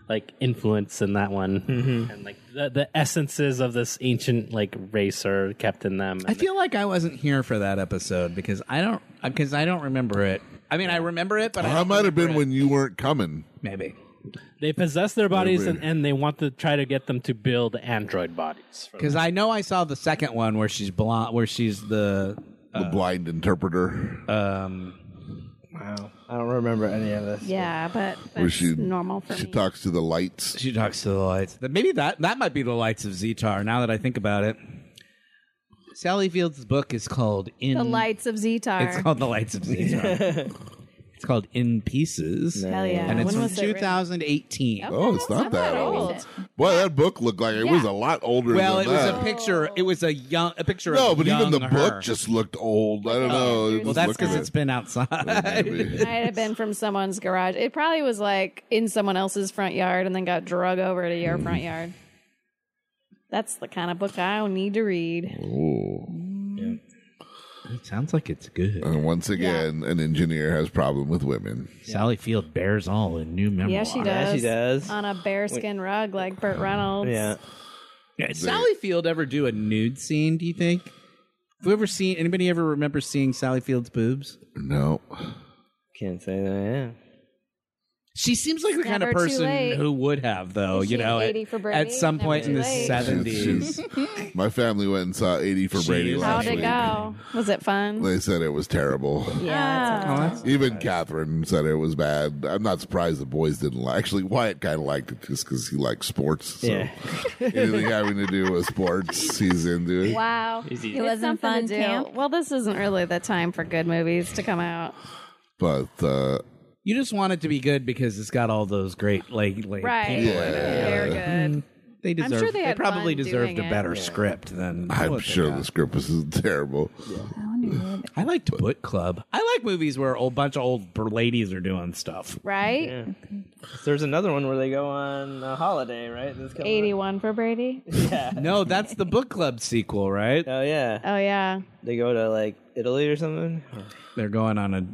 S5: like influence in that one,
S8: Mm-hmm.
S5: and like the, the essences of this ancient like race are kept in them.
S8: I feel like I wasn't here for that episode because I don't because I don't remember it. I mean, I remember it, but I
S2: I
S8: don't
S2: might have been
S8: remember it.
S2: when you weren't coming.
S8: maybe.
S5: They possess their bodies
S2: Maybe.
S5: and, and they want to try to get them to build android bodies. for
S8: Because I know I saw the second one where she's blonde, where she's the
S2: The
S8: Uh.
S2: blind interpreter.
S8: um.
S12: Wow. I don't remember any of this.
S4: Yeah, but
S2: where
S4: that's
S2: she
S4: normal for
S2: she
S4: me.
S2: talks to the lights.
S8: She talks to the lights. Th- Maybe that that might be the lights of Zetar. Now that I think about it, Sally Field's book is called In.
S4: the lights of Zetar.
S8: It's called The Lights of Zetar. it's called In Pieces.
S4: Hell yeah.
S8: And it's
S4: When
S8: from
S4: was it written?
S8: 2018.
S2: Oh, it's not that
S4: not
S2: old.
S4: old.
S2: Boy, that book looked like it was a
S4: Yeah.
S2: lot older.
S8: Well,
S2: than
S8: it was
S2: that.
S8: a picture. It was a young a picture.
S2: No,
S8: of
S2: but even
S8: young
S2: the
S8: her.
S2: book just looked old. I don't know.
S4: Oh, Well,
S8: Well,
S2: Just
S8: that's
S2: look at
S8: because
S2: it.
S8: it's been outside.
S2: Maybe.
S4: Might have been from someone's garage. It probably was like in someone else's front yard and then got drug over to
S2: Mm.
S4: your front yard. That's the kind of book I need to read.
S8: it sounds like it's good.
S2: And once again, an engineer has problem with women.
S8: Sally Field bears all in new
S2: Oh,
S8: memoir.
S4: Yeah, she does.
S12: Yeah, she does.
S4: On a bearskin rug like Burt Reynolds.
S12: Yeah.
S8: Did Sally Field ever do a nude scene? Do you think? Have you ever seen anybody ever remember seeing Sally Field's boobs?
S2: No,
S12: Can't say that.
S8: She seems like
S4: It's
S8: the kind of
S4: never too
S8: person
S4: late.
S8: who would have, though.
S4: Is
S8: you
S4: she
S8: know, at,
S4: 80 for Brady?
S8: at some
S4: Never
S8: point in
S4: too
S8: the
S4: late.
S8: seventies.
S2: My family went and saw 80 for Brady
S8: Jeez.
S2: last
S4: How'd it
S2: week.
S4: go? Was it fun?
S2: They said it was terrible.
S11: Ah.
S4: Yeah. it's-
S2: Even Catherine said it was bad. I'm not surprised the boys didn't like. Actually, Wyatt kind of liked it just because he likes sports. So
S12: Yeah.
S2: anything having to do with sports, he's into it.
S4: Wow.
S2: Easy. It
S4: It's
S11: wasn't
S4: something
S11: fun
S4: to do.
S11: camp?
S4: Well, this isn't really the time for good movies to come out.
S2: But uh,
S8: you just want it to be good because it's got all those great like, like
S4: Right.
S8: people in it.
S4: Yeah. They're good.
S8: They
S4: I'm
S8: deserve.
S4: sure they
S8: they,
S4: had
S8: probably
S4: fun
S8: deserved a
S4: doing it.
S8: better
S4: Yeah.
S8: script than.
S2: I'm
S8: what they
S2: sure
S8: got.
S2: the script was terrible.
S8: I like to put club. I like movies where a whole bunch of old br- ladies are doing stuff.
S4: Right?
S10: Yeah. There's another one where they go on a holiday, right? That's coming up.
S4: 81 for Brady.
S10: Yeah.
S8: No, that's the book club sequel, right?
S10: Oh yeah.
S4: Oh, yeah.
S10: They go to like Italy or something.
S8: They're going on a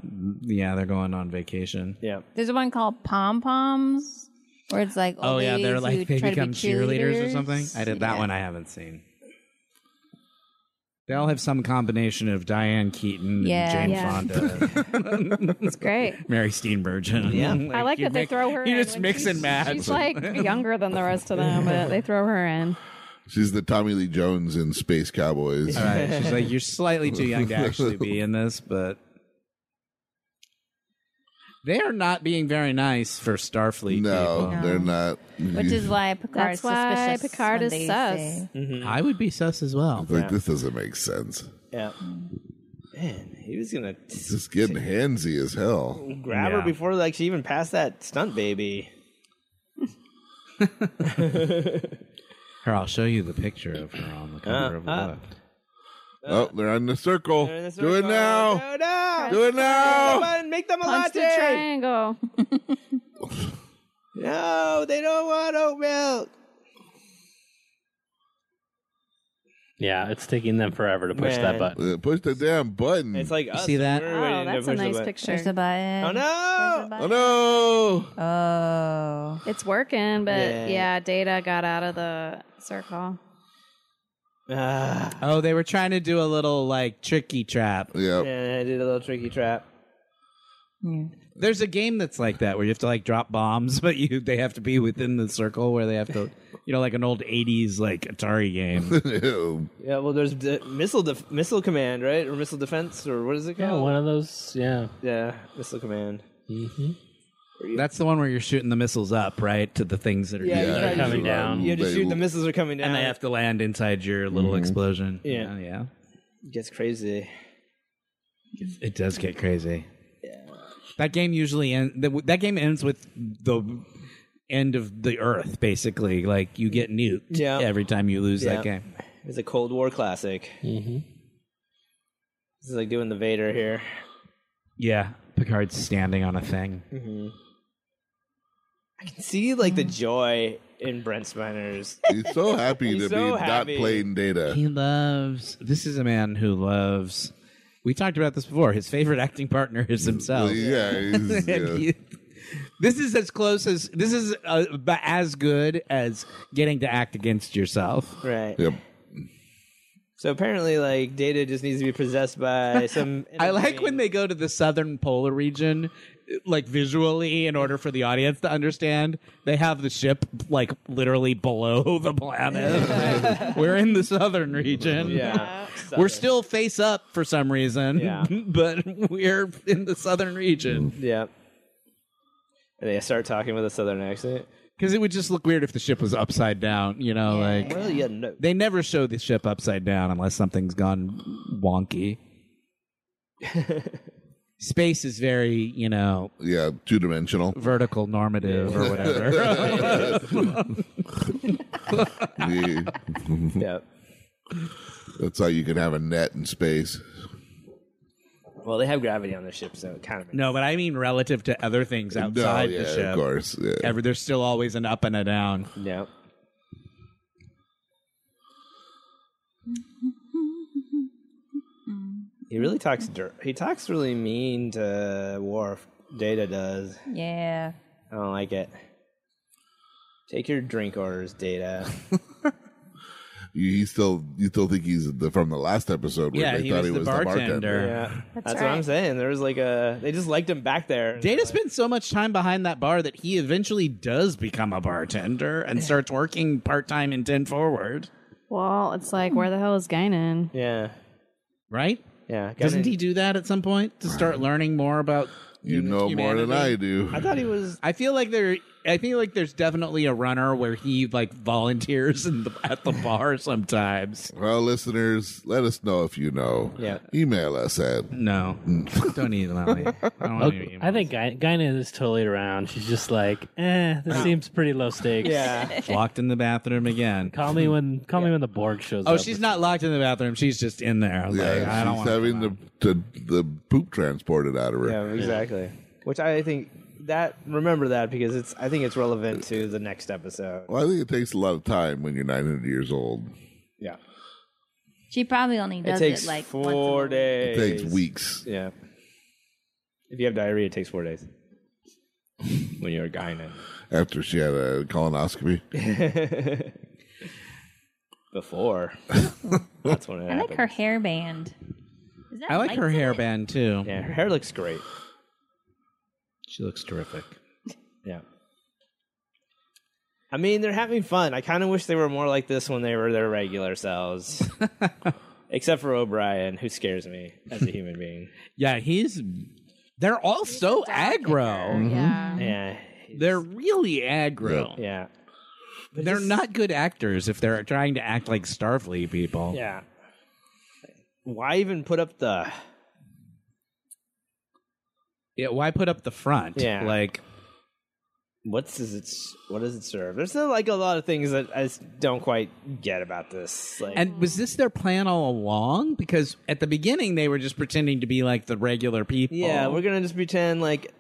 S8: yeah, they're going on vacation.
S10: Yeah.
S11: There's one called Pom Poms, where it's like
S8: Oh
S11: old
S8: yeah, they're
S11: ladies who
S8: like they
S11: try to be
S8: become cheerleaders or something. I did that
S11: Yeah.
S8: one. I haven't seen. They all have some combination of Diane Keaton
S4: Yeah.
S8: and Jane
S4: Yeah.
S8: Fonda.
S4: It's great.
S8: Mary Steenburgen.
S10: Yeah.
S4: I like
S8: you
S4: that they
S8: mix-
S4: throw her
S8: You
S4: in
S8: just
S4: when
S8: mix and match.
S4: She's like younger than the rest of them, but they throw her in.
S2: She's the Tommy Lee Jones in Space Cowboys.
S8: All right. She's like, you're slightly too young to actually be in this, but they are not being very nice for Starfleet.
S2: No,
S8: people.
S2: they're not.
S11: Which is why Picard's
S4: That's why
S11: suspicious
S4: Picard
S11: when
S4: is
S11: they
S4: sus.
S11: say-
S8: Mm-hmm. I would be sus as well.
S2: Like, this doesn't make sense.
S10: Yeah. Man, he was gonna
S2: It's just getting handsy as hell.
S10: grab her
S2: Yeah.
S10: before like she even passed that stunt baby.
S8: Here, I'll show you the picture of her on the cover
S10: Uh,
S8: of the
S10: uh.
S8: book.
S2: oh, they're in the circle.
S10: in the
S2: Do it
S10: circle.
S2: now.
S10: No, no.
S2: Do it now.
S10: Someone make them a
S4: Punch the
S10: latte.
S4: triangle.
S10: No, they don't want oat milk.
S5: Yeah, it's taking them forever to push
S10: Man.
S5: that button.
S2: Uh, Push the damn button.
S10: Hmm. It's like us.
S8: see that?
S10: We're
S4: Oh,
S10: waiting to
S4: that's a
S10: push the
S4: nice
S10: button.
S4: picture.
S11: Push the
S10: Oh
S11: button.
S10: no!
S11: Push the
S2: oh no.
S11: button. Oh.
S4: It's working, but
S10: Yeah.
S4: yeah. Data got out of the circle.
S10: Ah,
S8: Oh, they were trying to do a little like tricky trap.
S2: Yep.
S10: yeah, I did a little tricky trap.
S4: Hmm.
S8: There's a game that's like that where you have to like drop bombs, but you they have to be within the circle where they have to, you know, like an old '80s like Atari game.
S2: Ew.
S10: Yeah, well, there's d- missile def- missile command, right, or missile defense, or what is it
S5: Yeah,
S10: called?
S5: one of those. Yeah.
S10: yeah, missile command.
S8: That's the one where you're shooting the missiles up, right, to the things that are
S10: Yeah,
S2: Yeah,
S10: you gotta
S5: coming
S10: shoot-
S5: down.
S10: You have to
S2: They-
S10: shoot. The missiles are coming down.
S8: and they have to land inside your little explosion.
S10: Yeah.
S8: Oh, yeah.
S10: It gets crazy.
S8: It does get crazy. That game usually end, that, that game ends with the end of the earth basically like you get nuked
S10: Yeah.
S8: every time you lose
S10: Yeah.
S8: that game.
S10: It's a Cold War classic.
S8: Mm-hmm.
S10: This is like doing the Vader here.
S8: Yeah, Picard's standing on a thing.
S10: I can see like
S4: Mm.
S10: the joy in Brent Spiner's.
S2: He's so happy
S10: He's
S2: to
S10: so
S2: be
S10: happy.
S2: not playing data.
S8: He loves This is a man who loves We talked about this before. His favorite acting partner is himself.
S2: Yeah, he's,
S8: And
S2: yeah.
S8: he- this is as close as this is uh, ba- as good as getting to act against yourself.
S10: Right.
S2: Yep.
S10: So apparently, like Data just needs to be possessed by some.
S8: I like when they go to the southern polar region, like visually, in order for the audience to understand. They have the ship like literally below the planet. Like, we're in the southern region.
S10: Yeah.
S8: We're still face up for some reason,
S10: Yeah.
S8: but we're in the southern region.
S10: Yeah. And they start talking with a southern accent.
S8: Because it would just look weird if the ship was upside down, you know, like
S10: Well, yeah, no.
S8: They never show the ship upside down unless something's gone wonky. Space is very, you know,
S2: Yeah, two dimensional.
S8: vertical normative or whatever.
S10: Yeah.
S2: That's how you can have a net in space.
S10: Well, they have gravity on their ship, so it kind of.
S8: no, but I mean relative to other things outside
S2: no, yeah,
S8: the ship.
S2: of course. Yeah.
S8: Ever, there's still always an up and a down.
S10: Yeah. He really talks dirt. He talks really mean to Worf. Data does.
S11: Yeah.
S10: I don't like it. Take your drink orders, Data.
S2: you, he still you still think he's the, from the last episode where
S10: Yeah,
S2: they
S10: he
S2: thought
S10: was
S2: he
S10: the
S2: was the bartender.
S10: bartender. Yeah. That's That's what I'm right. saying. There was like a they just liked him back there.
S8: Data spends so much time behind that bar that he eventually does become a bartender and starts working part time in 10 Forward.
S4: Well, it's like, where the hell is Guinan?
S10: Yeah.
S8: Right?
S10: Yeah.
S8: Doesn't he do that at some point to start learning more about
S2: You know more than I do.
S10: I thought he was.
S8: I feel like there. I feel like there's definitely a runner where he like volunteers in the, at the bar sometimes.
S2: Well, listeners, let us know if you know.
S10: Yeah.
S2: Email us at
S8: no. Don't email me.
S5: Okay, I think Guy- Guinan is totally around. She's just like, eh, this seems pretty low stakes.
S10: Yeah.
S8: Locked in the bathroom again.
S5: Call me when call me when the Borg shows
S8: Oh,
S5: up.
S8: she's not locked in the bathroom. She's just in there. Like, I
S2: Yeah,
S8: don't
S2: she's
S8: wanna
S2: having the, the the poop transported out of her.
S10: Yeah, exactly. Which I think that remember that because it's I think it's relevant to the next episode.
S2: Well, I think it takes a lot of time when you're 900 years old.
S10: Yeah.
S11: She probably only
S10: It
S11: does it,
S10: takes
S11: like once a
S10: four days.
S2: It takes weeks.
S10: Yeah. If you have diarrhea, it takes four days. when you're a gyne.
S2: After she had a colonoscopy.
S10: Before. That's when it
S11: I like her hairband. Is that
S8: I like her
S11: lights?
S8: hairband too.
S10: Yeah, her hair looks great.
S8: She looks terrific.
S10: Yeah. I mean, they're having fun. I kind of wish they were more like this when they were their regular selves. Except for O'Brien, who scares me as a human being.
S8: Yeah, he's. They're all so
S10: Mm-hmm.
S8: aggro.
S10: yeah. Yeah.
S8: They're really aggro.
S10: Yeah.
S8: They're not good actors if they're trying to act like Starfleet people.
S10: Yeah. Why even put up the
S8: Yeah, why put up the front?
S10: Yeah.
S8: Like
S10: what's does it s- what does it serve? There's not like a lot of things that I just don't quite get about this. Like
S8: and was this their plan all along? Because at the beginning they were just pretending to be like the regular people.
S10: Yeah, we're gonna just pretend like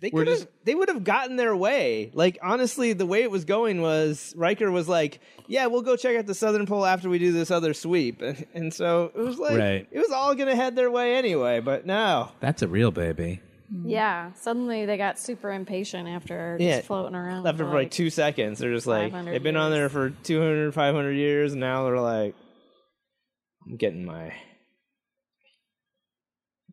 S10: they
S8: We're
S10: could
S8: just-
S10: have they would have gotten their way. Like honestly, the way it was going was Riker was like, "Yeah, we'll go check out the Southern Pole after we do this other sweep," and, and so it was like
S8: Right.
S10: it was all gonna head their way anyway. But no,
S8: That's a real baby.
S4: Yeah. Suddenly they got super impatient after
S10: Yeah.
S4: just floating around.
S10: after like, two seconds, they're just like
S4: 500
S10: they've been on there for 200, 500 years, and now they're like, "I'm getting my."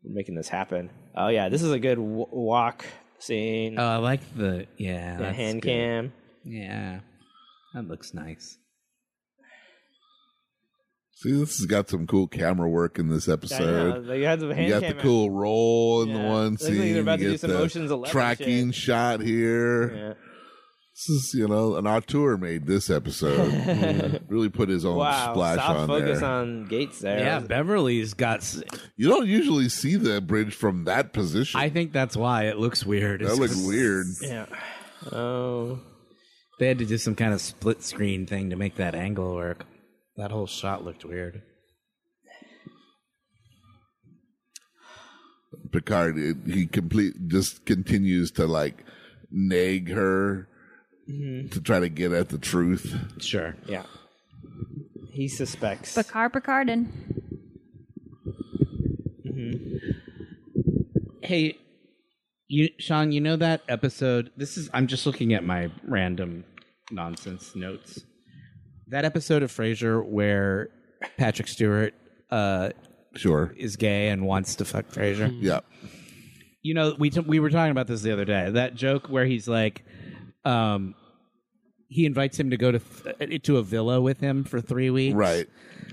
S10: We're making this happen. Oh yeah, this is a good w- walk scene.
S8: Oh, I like the yeah.
S10: the
S8: that's
S10: hand
S8: good.
S10: cam.
S8: Yeah. That looks nice.
S2: See, this has got some cool camera work in this
S10: know,
S2: episode.
S10: they had the hand
S2: you got
S10: cam
S2: the
S10: out.
S2: cool roll in the
S10: Yeah.
S2: one
S10: Looks
S2: scene.
S10: like they're about
S2: you
S10: to do
S2: get
S10: some
S2: the
S10: Ocean's Eleven
S2: tracking shot here.
S10: Yeah.
S2: This is, you know, an auteur made this episode. Hmm. really put his own
S10: Wow,
S2: splash
S10: soft
S2: on
S10: focus
S2: there.
S10: on Gates there.
S8: Yeah, Beverly's got. s-
S2: You don't usually see the bridge from that position.
S8: I think that's why it looks weird.
S2: that
S8: It's
S2: looks
S8: 'cause
S2: weird.
S10: Yeah. Oh.
S8: They had to do some kind of split screen thing to make that angle work. That whole shot looked weird.
S2: Picard it- he complete just continues to like nag her
S8: Mm-hmm.
S2: to try to get at the truth.
S8: Sure.
S10: Yeah. He suspects.
S11: Picard Picardin.
S8: Hey, you, Sean, you know that episode? This is. I'm just looking at my random nonsense notes. That episode of Frasier where Patrick Stewart uh,
S2: Sure.
S8: is gay and wants to fuck Frasier.
S2: Yeah.
S8: you know we t- we were talking about this the other day that joke where he's like um he invites him to go to th- to a villa with him for three weeks
S2: Right.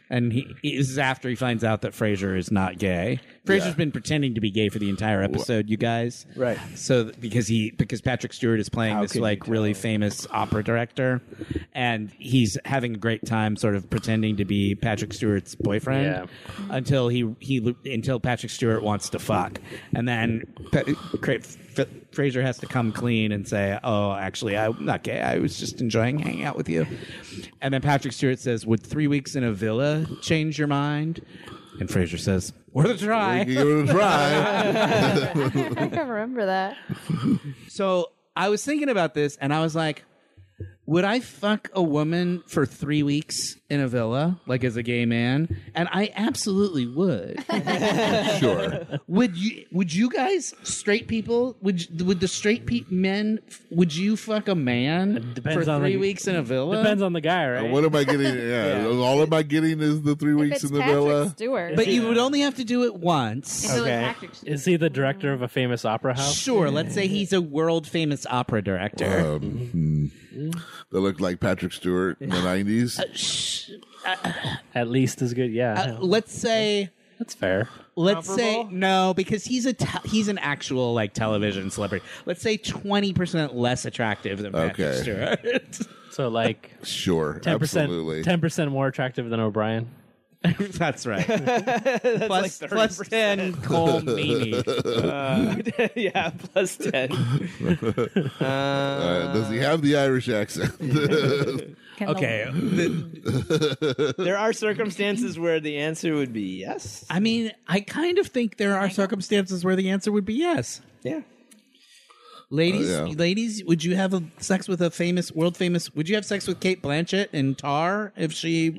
S8: and he this is after he finds out that Frasier is not gay Frasier's
S2: Yeah.
S8: been pretending to be gay for the entire episode you guys
S10: Right.
S8: so th- because he because Patrick Stewart is playing
S10: How
S8: this
S10: could you
S8: like really famous opera director and he's having a great time sort of pretending to be Patrick Stewart's boyfriend
S5: Yeah.
S8: until he he lo- until Patrick Stewart wants to fuck and then pa- Cra- F- Fraser has to come clean and say oh actually I'm not gay I was just enjoying hanging out with you and then Patrick Stewart says would 3 weeks in a villa change your mind and Fraser says worth a try
S2: You can give it a try.
S4: I think I remember that.
S8: So I was thinking about this, and I was like, would I fuck a woman for three weeks in a villa, like as a gay man? And I absolutely would.
S2: sure.
S8: Would you? Would you guys, straight people, would you, would the straight pe- men? Would you fuck a man
S5: depends
S8: for
S5: on
S8: three
S5: the-
S8: weeks in a villa?
S5: Depends on the guy,
S2: Uh,
S5: right?
S2: What am I getting? Yeah, all am I getting is the three weeks in the villa.
S4: Stewart.
S8: But you would only have to do it once.
S4: If it was Okay. Patrick Stewart.
S5: Is he the director of a famous opera house?
S8: Sure. Let's say he's a world famous opera director.
S2: Um, hmm. They look like Patrick Stewart in the nineties.
S5: At least as good, yeah.
S8: Uh, let's say
S5: That's fair.
S8: let's say no because he's a te- he's an actual like television celebrity let's say 20% less attractive than Patrick
S2: Okay.
S8: Stewart
S5: so like
S2: Sure,
S5: ten
S2: absolutely.
S5: percent, ten percent more attractive than O'Brien.
S8: that's right. plus, plus 10 Cole Meany Uh,
S10: yeah, plus ten.
S2: Uh, does he have the Irish accent?
S8: okay
S10: there are circumstances where the answer would be yes.
S8: I mean I kind of think there are circumstances where the answer would be yes
S10: Yeah.
S8: ladies
S2: Oh, yeah.
S8: ladies would you have a, sex with a famous world famous would you have sex with Kate Blanchett in Tar if she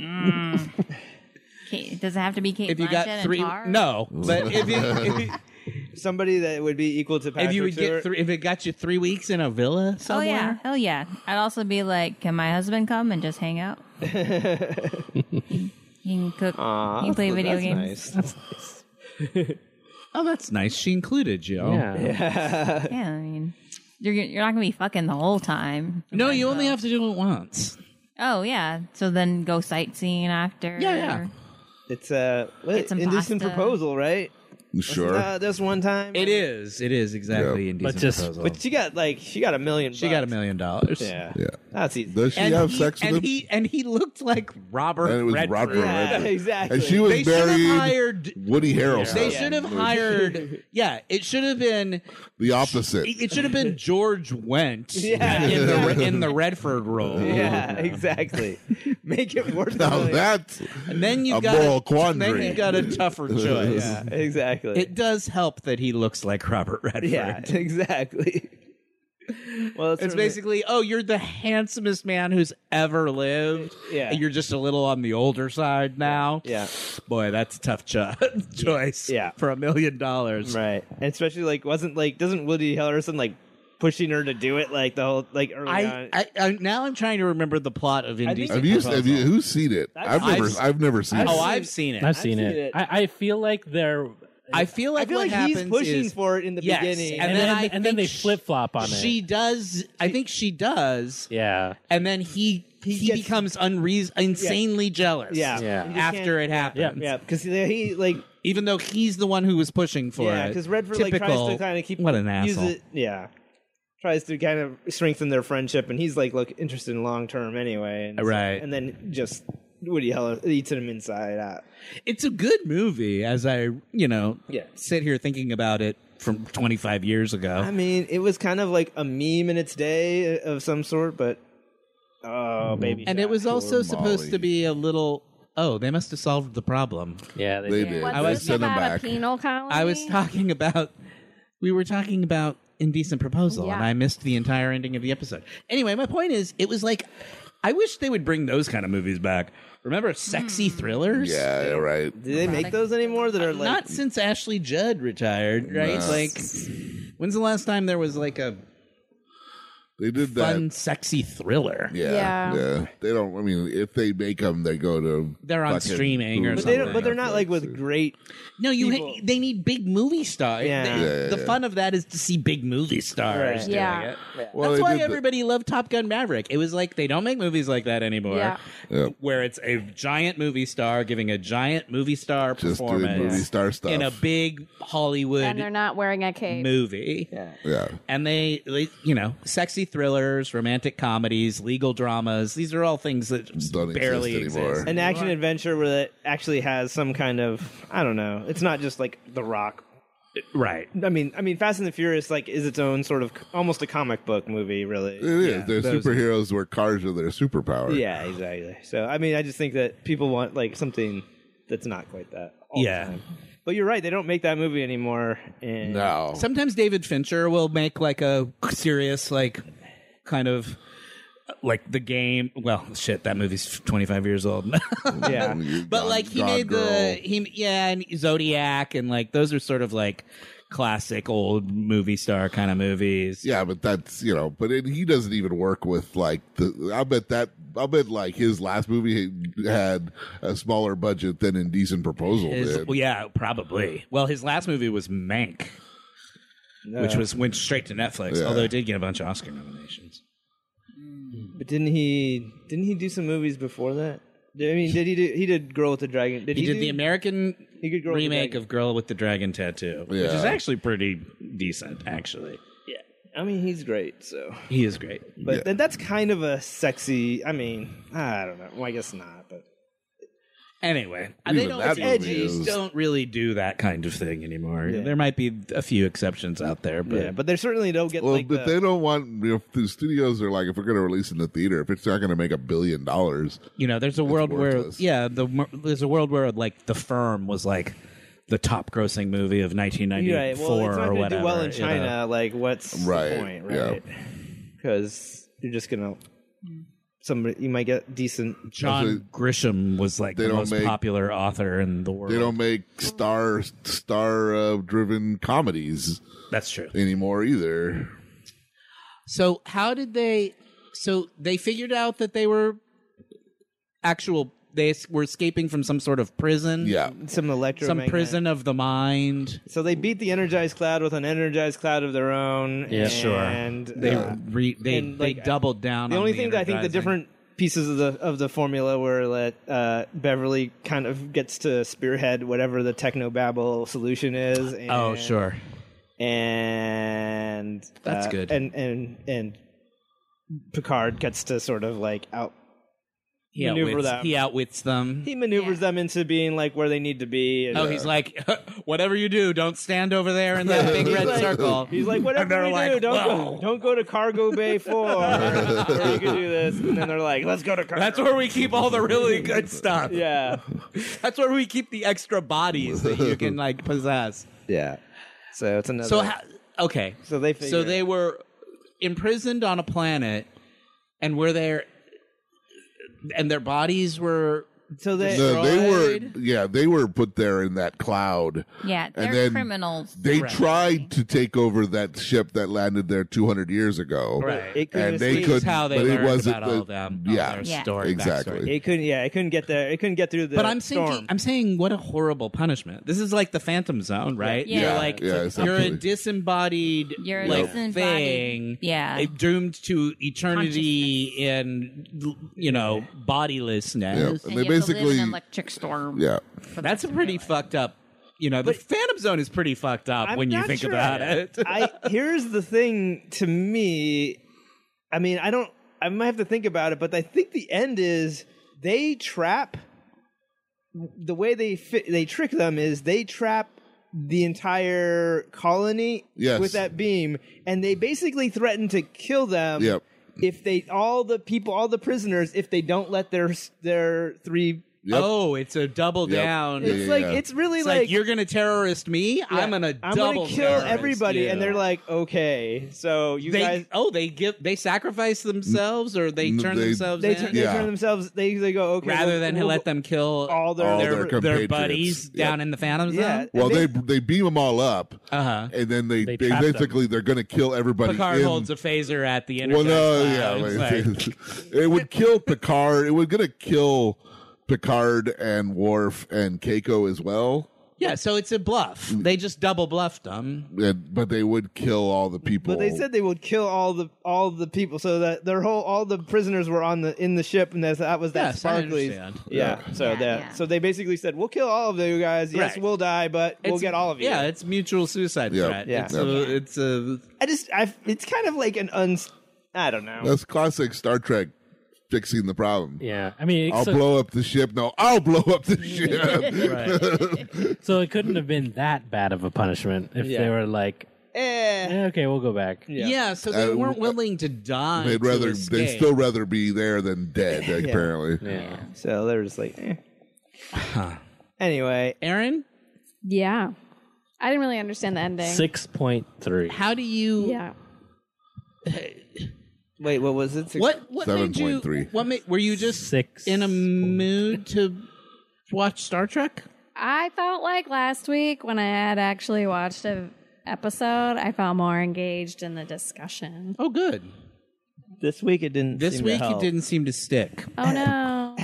S11: Kate, does it have to be Kate
S8: if you
S11: Mm, Blanchett
S8: got
S11: and
S8: three
S11: Tar?
S8: no but if you, if you
S10: Somebody that would be equal to Patrick
S8: if you would get
S10: Stewart.
S8: three, if it got you three weeks in a villa
S11: Oh
S8: somewhere.
S11: yeah, hell yeah! I'd also be like, can my husband come and just hang out? he can cook.
S10: Aw,
S11: he can play
S10: that's-
S11: video
S10: that's
S11: games.
S10: nice. That's
S8: Oh, that's nice. She included you.
S10: Yeah.
S11: Yeah, I mean, you're you're not gonna be fucking the whole time.
S8: No, you only have to do it once.
S11: Oh yeah, so then go sightseeing after.
S8: Yeah, yeah.
S10: It's a uh,
S11: Get some
S10: indecent
S11: pasta.
S10: proposal, right?
S2: sure.
S10: Uh, this one time,
S8: It is. It is exactly indecent
S5: But just-
S8: proposal.
S10: but she got like she got a million.
S8: she got a million dollars.
S10: Yeah,
S2: yeah.
S10: that's easy.
S2: Does she have
S8: he,
S2: sex with
S8: and
S2: him?
S8: he and he looked like Robert
S2: and it was
S8: Redford.
S2: Robert Redford.
S10: exactly.
S2: And she was
S8: They should have
S2: buried.
S8: hired-
S2: Woody Harrelson.
S8: They should have hired. Yeah, it should have been.
S2: the opposite.
S8: It should have been George Went.
S10: Yeah.
S8: in the, in the Redford role.
S10: yeah, exactly. Make it worth the
S2: Now
S8: Oh,
S10: million.
S2: that's
S8: And then you
S2: a
S8: got
S2: moral quandary.
S8: Then you got a tougher choice.
S10: Yeah, exactly.
S8: It does help that he looks like Robert Redford.
S10: yeah, exactly. well,
S8: It's
S10: certainly-
S8: basically, oh, you're the handsomest man who's ever lived.
S10: Yeah.
S8: And You're just a little on the older side now.
S10: yeah.
S8: Boy, that's a tough cho- choice.
S10: Yeah.
S8: For a million dollars.
S10: Right. And especially like wasn't like doesn't Woody Harrelson like pushing her to do it like the whole like early
S8: I,
S10: on.
S8: I, I now I'm trying to remember the plot of
S10: think
S8: Indecent
S2: Have you?
S8: Proposal.
S2: Have you? Who's seen it? I've,
S10: I've-
S2: never.
S8: I've-
S2: I've, never seen
S8: oh,
S2: it.
S8: I've seen it.
S5: I've, seen,
S10: seen
S5: it.
S10: it.
S5: I, I feel like they're
S8: I feel like
S10: I feel
S8: what
S10: like he's
S8: happens
S10: pushing
S8: is-
S10: for it in the
S8: Yes,
S10: beginning.
S8: and
S5: and,
S8: then
S5: then,
S8: I
S5: and then
S8: think
S5: they
S8: sh-
S5: flip flop on
S8: she
S5: it.
S8: does. I think she does.
S5: Yeah.
S8: And then he he,
S10: gets-
S8: becomes unreas- insanely jealous.
S10: yeah.
S5: Yeah.
S10: You just
S8: After it
S10: can't-
S8: happens.
S5: Yeah.
S10: Yeah, because he like
S8: even though he's the one who was pushing for it.
S10: yeah, because Redford like tries to kind of keep
S8: what an
S10: use
S8: asshole.
S10: it- yeah, tries to kind of strengthen their friendship, and he's like look interested in long term anyway, and so-
S8: Right.
S10: and then just Woody Harrelson eats him inside out.
S8: It's a good movie, as I you know
S10: Yeah.
S8: sit here thinking about it from 25 years ago.
S10: I mean, it was kind of like a meme in its day of some sort, but oh baby,
S8: and it was also supposed
S2: Molly.
S8: to be a little. Oh, they must have solved the problem.
S5: Yeah. They,
S2: They
S5: did.
S2: did.
S4: What's
S8: I was
S4: this
S2: sent them
S4: about
S2: back.
S4: a penal colony?
S8: I was talking about. We were talking about indecent proposal, and
S4: Yeah.
S8: I missed the entire ending of the episode. Anyway, my point is, it was like, I wish they would bring those kind of movies back. Remember, sexy
S10: Hmm.
S8: thrillers?
S2: Yeah. yeah, Right.
S10: Do they make those anymore that are like
S8: Not since Ashley Judd retired, right?
S2: No.
S8: Like, when's the last time there was like a
S2: They did that.
S8: fun, sexy thriller?
S2: Yeah, yeah.
S4: Yeah.
S2: They don't. I mean, if they make them, they go to.
S8: They're on
S2: fucking
S8: streaming or
S2: Hulu
S10: but they don't,
S8: something.
S10: but they're not like
S2: Netflix
S10: with
S2: or-
S10: great.
S8: No, you
S10: People-
S8: they need big movie stars.
S10: Yeah.
S8: They-
S2: Yeah, yeah,
S8: the
S2: yeah.
S8: fun of that is to see big movie stars
S10: Right.
S8: doing
S4: Yeah.
S8: it.
S2: Well,
S8: That's
S2: they
S8: why
S2: did the-
S8: everybody loved Top Gun Maverick. It was like they don't make movies like that anymore.
S4: Yeah.
S2: Yeah.
S8: Where it's a giant movie star giving a giant movie star
S2: Just doing
S8: performance
S2: movie star stuff.
S8: in a big
S4: and they're
S8: Hollywood
S4: not wearing a cape.
S8: movie.
S2: yeah.
S8: and they, they you know sexy thrillers romantic comedies legal dramas these are all things that just
S2: Don't exist
S8: barely
S2: anymore.
S8: exist
S10: An action adventure where it actually has some kind of I don't know. It's not just like The Rock.
S8: right
S10: I mean, I mean, Fast and the Furious like is its own sort of almost a comic book movie,
S2: It
S10: really.
S2: is. They're
S8: those-
S2: superheroes where cars are their superpower.
S10: Yeah, exactly. So I mean, I just think that people want like something that's not quite that. All
S8: Yeah.
S10: The time. But you're right; they don't make that movie anymore. And
S2: No.
S8: sometimes david fincher will make like a serious like kind of uh, like the game. Well, shit, that movie's 25 years old.
S13: Yeah.
S8: but like he
S13: God
S8: made
S13: Girl.
S8: the he yeah and Zodiac and like those are sort of like classic old movie star kind of movies.
S2: Yeah, but that's you know, but it, he doesn't even work with like the. I bet that I bet like his last movie had a smaller budget than Indecent Proposal
S8: His-
S2: did.
S8: well, yeah, probably. Well, his last movie was Mank, which
S2: Yeah.
S8: was went straight to Netflix.
S2: Yeah.
S8: Although it did get a bunch of Oscar nominations.
S10: But didn't he? Didn't he do some movies before that? Did- I mean, did he? Do, he did Girl with the Dragon. Did
S8: he,
S10: he,
S8: did
S10: do-
S8: the American
S10: He could Girl with the
S8: remake
S10: Dragon.
S8: of Girl with the Dragon Tattoo, which is
S10: Yeah.
S8: actually pretty decent. Actually,
S10: I mean, he's great. So,
S8: he is great.
S10: but th- that's kind of a sexy. I mean, I don't know. Well, I guess not. But
S8: Anyway,
S10: Even
S8: they don't,
S10: that movie
S8: edgies
S10: is-
S8: don't really do that kind of thing anymore.
S10: Yeah.
S8: There might be a few exceptions out there, but
S10: yeah, but they certainly don't get
S2: Well,
S10: like
S2: but
S10: the-
S2: they don't want you know, if the studios are like, if we're going to release in the theater, if it's not going to make a billion dollars,
S8: you know, there's a world where yeah, the mer- there's a world where like The Firm was like the top grossing movie of
S10: You're right.
S8: 1994
S10: Well, it's not
S8: or
S10: going to
S8: whatever.
S10: do well in
S8: you know.
S10: China. Like, what's
S8: Right,
S10: the point,
S8: yeah.
S10: right? Because you're just gonna somebody you might get decent
S8: John Grisham was like
S2: They
S8: the
S2: don't
S8: most
S2: make-
S8: popular author in the world.
S2: they don't make star star uh, driven comedies.
S8: That's true
S2: anymore either.
S8: So how did they? So they figured out that they were actual. They es- were escaping from some sort of prison.
S2: Yeah,
S10: some electro
S8: some prison of the mind.
S10: So they beat the energized cloud with an energized cloud of their own. and
S8: They
S10: uh,
S8: re, they
S10: and,
S8: they
S10: like,
S8: doubled down.
S10: the
S8: on
S10: only thing that I think the
S8: energizing.
S10: different pieces of the of the formula were that uh, Beverly kind of gets to spearhead whatever the techno babble solution is. And,
S8: Oh sure.
S10: and uh,
S8: That's good.
S10: And and and Picard gets to sort of like out
S8: He
S10: maneuver
S8: outwits,
S10: them.
S8: he outwits them.
S10: He maneuvers them into being like where they need to be. and-
S8: Oh, he's like, whatever you do, don't stand over there in that big
S10: He's
S8: red
S10: like-
S8: circle.
S10: He's like,
S8: And
S10: whatever
S8: they're
S10: you
S8: like,
S10: do, don't
S8: "Whoa."
S10: go, don't go to Cargo Bay Four. where you can do this, and then they're like, let's go to Cargo.
S8: That's where we keep all the really good stuff.
S10: Yeah,
S8: that's where we keep the extra bodies that you can like possess.
S10: Yeah. So it's another.
S8: So ha- okay,
S10: so they
S8: so
S10: figure-
S8: they were imprisoned on a planet, and were there, and their bodies were
S10: so
S2: No, they were yeah, they were put there in that cloud.
S11: Yeah,
S2: And
S11: they're
S2: then
S11: criminals.
S2: They
S11: Right.
S2: tried to take over that ship that landed there 200 years ago.
S10: Right. It couldn't
S2: and they
S10: escape.
S2: could
S10: How they
S2: but it
S10: learned
S2: wasn't
S10: about all
S2: the-
S10: them, all
S2: Yeah.
S10: their Yeah. story,
S2: exactly.
S10: It couldn't. Yeah, it couldn't get there. It couldn't get through the.
S8: But I'm
S10: storm.
S8: thinking, I'm saying, what a horrible punishment. This is like the Phantom Zone, right?
S10: Yeah.
S8: You're
S10: Yeah,
S8: like,
S2: yeah,
S8: you're a
S2: essentially.
S8: disembodied,
S11: You're a
S8: like
S11: disembodied-
S8: thing,
S11: yeah.
S8: eh, doomed to eternity in, you know, bodilessness.
S11: And you have to live in an electric storm.
S2: yeah.
S8: That's a pretty fucked up. You know, the Phantom Zone is pretty fucked up
S10: I'm
S8: when you
S10: not
S8: think
S10: sure.
S8: about it.
S10: I here's the thing to me. I mean, I don't. I might have to think about it, but I think the end is they trap. The way they fi- they trick them is they trap the entire colony
S2: Yes.
S10: with that beam, and they basically threaten to kill them.
S2: Yep.
S10: If they all the people all the prisoners if they don't let their their three
S2: Yep.
S8: Oh, it's a double
S2: Yep.
S8: down.
S10: It's Yeah, yeah, like- yeah. it's really
S8: like,
S10: like-
S8: you're gonna terrorist me. I'm gonna
S10: I'm
S8: double
S10: gonna kill
S8: terrorist
S10: everybody, and
S8: you.
S10: they're like, okay, so you
S8: they,
S10: guys
S8: oh they give they sacrifice themselves or they turn
S2: they-
S8: themselves
S10: they,
S8: in?
S10: turn they turn themselves they they go okay
S8: rather
S10: we'll-
S8: than
S10: we'll-
S8: let them kill
S10: all their-
S8: their
S10: All
S2: their
S8: their,
S2: compatriots.
S8: buddies
S2: Yeah.
S8: down in the phantom zone
S10: Yeah.
S2: Well, they they beam them all up,
S8: uh-huh
S2: and then they,
S8: They
S2: they
S8: trap them.
S2: basically they're going to kill everybody.
S8: picard
S2: in-
S8: holds a phaser at the end
S2: well, no, yeah, it would kill Picard. It was going to kill Picard and Worf and Keiko as well.
S8: yeah so it's a bluff
S2: Mm.
S8: they just double bluffed them
S2: And, but they would kill all the people.
S10: but they said they would kill all the all the people so that their whole all the prisoners were on the in the ship and that, that was that
S8: Yes, I
S10: Sparkly's yeah,
S8: understand.
S10: so that so they basically said we'll kill all of you guys yes
S8: Right.
S10: we'll die but we'll
S8: It's-
S10: get all of you
S8: yeah it's mutual suicide threat
S10: Yeah.
S8: it's a, it's uh, a
S10: I just I it's kind of like an un I don't know
S2: that's classic Star Trek fixing the problem.
S5: Yeah, I mean,
S2: I'll
S5: so-
S2: blow up the ship. No, I'll blow up the ship.
S5: so it couldn't have been that bad of a punishment if
S2: Yeah.
S5: they were like,
S10: eh,
S5: okay, we'll go back.
S8: yeah. so they
S2: Uh,
S8: weren't willing to die
S2: they'd
S8: to
S2: rather
S8: escape.
S2: they'd still rather be there than dead. Apparently,
S5: yeah.
S10: so they're just like eh. anyway
S8: aaron
S4: Yeah. I didn't really understand the ending.
S5: Six point three.
S8: how do you
S4: Yeah.
S10: Wait, what was it? Six-
S8: What what made you? What made, were you just
S5: six
S8: in a mood to watch Star Trek?
S4: I felt like last week when I had actually watched an episode, I felt more engaged in the discussion.
S8: Oh, good.
S10: This week it didn't.
S8: This
S10: seem to
S8: week it
S10: help.
S8: didn't seem to stick.
S4: Oh no!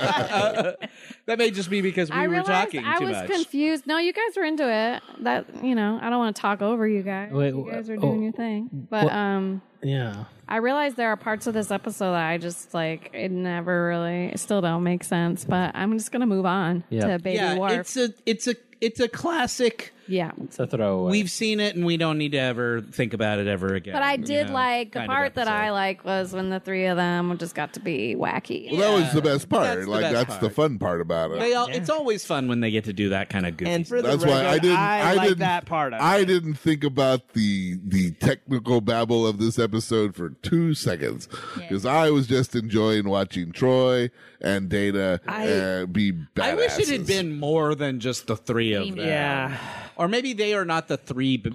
S8: That may just be because we
S4: I
S8: were
S4: realized
S8: talking
S4: I
S8: too
S4: was
S8: much.
S4: confused. No, you guys were into it. That you know, I don't want to talk over you guys.
S5: Wait,
S4: you
S5: wh-
S4: guys are
S5: oh,
S4: doing your thing. But
S5: what-
S4: um,
S5: Yeah.
S4: I realized there are parts of this episode that I just like. It never really, it still don't make sense. But I'm just gonna move on
S5: Yeah.
S4: to Baby
S8: yeah,
S4: Worf.
S8: it's a it's a it's a classic.
S4: yeah.
S5: It's a throwaway.
S8: We've seen it, and we don't need to ever think about it ever again.
S4: But I
S8: you
S4: did
S8: know,
S4: like the
S8: kind of
S4: part that
S8: episode.
S4: I like was when the three of them just got to be wacky.
S2: Well, that was the best part.
S8: That's the
S2: like
S8: best
S2: that's
S8: part.
S2: the fun part about it.
S8: They all, It's always fun when they get to do that kind of goofy.
S10: And for the
S2: that's
S10: record,
S2: why I didn't. I,
S10: like
S2: didn't.
S10: that part of it.
S2: I didn't think about the the technical babble of this episode for two seconds because I was just enjoying watching Troy and Data uh, be badasses.
S8: I wish it had been more than just the three of them.
S10: Yeah.
S8: Or maybe they are not the three. But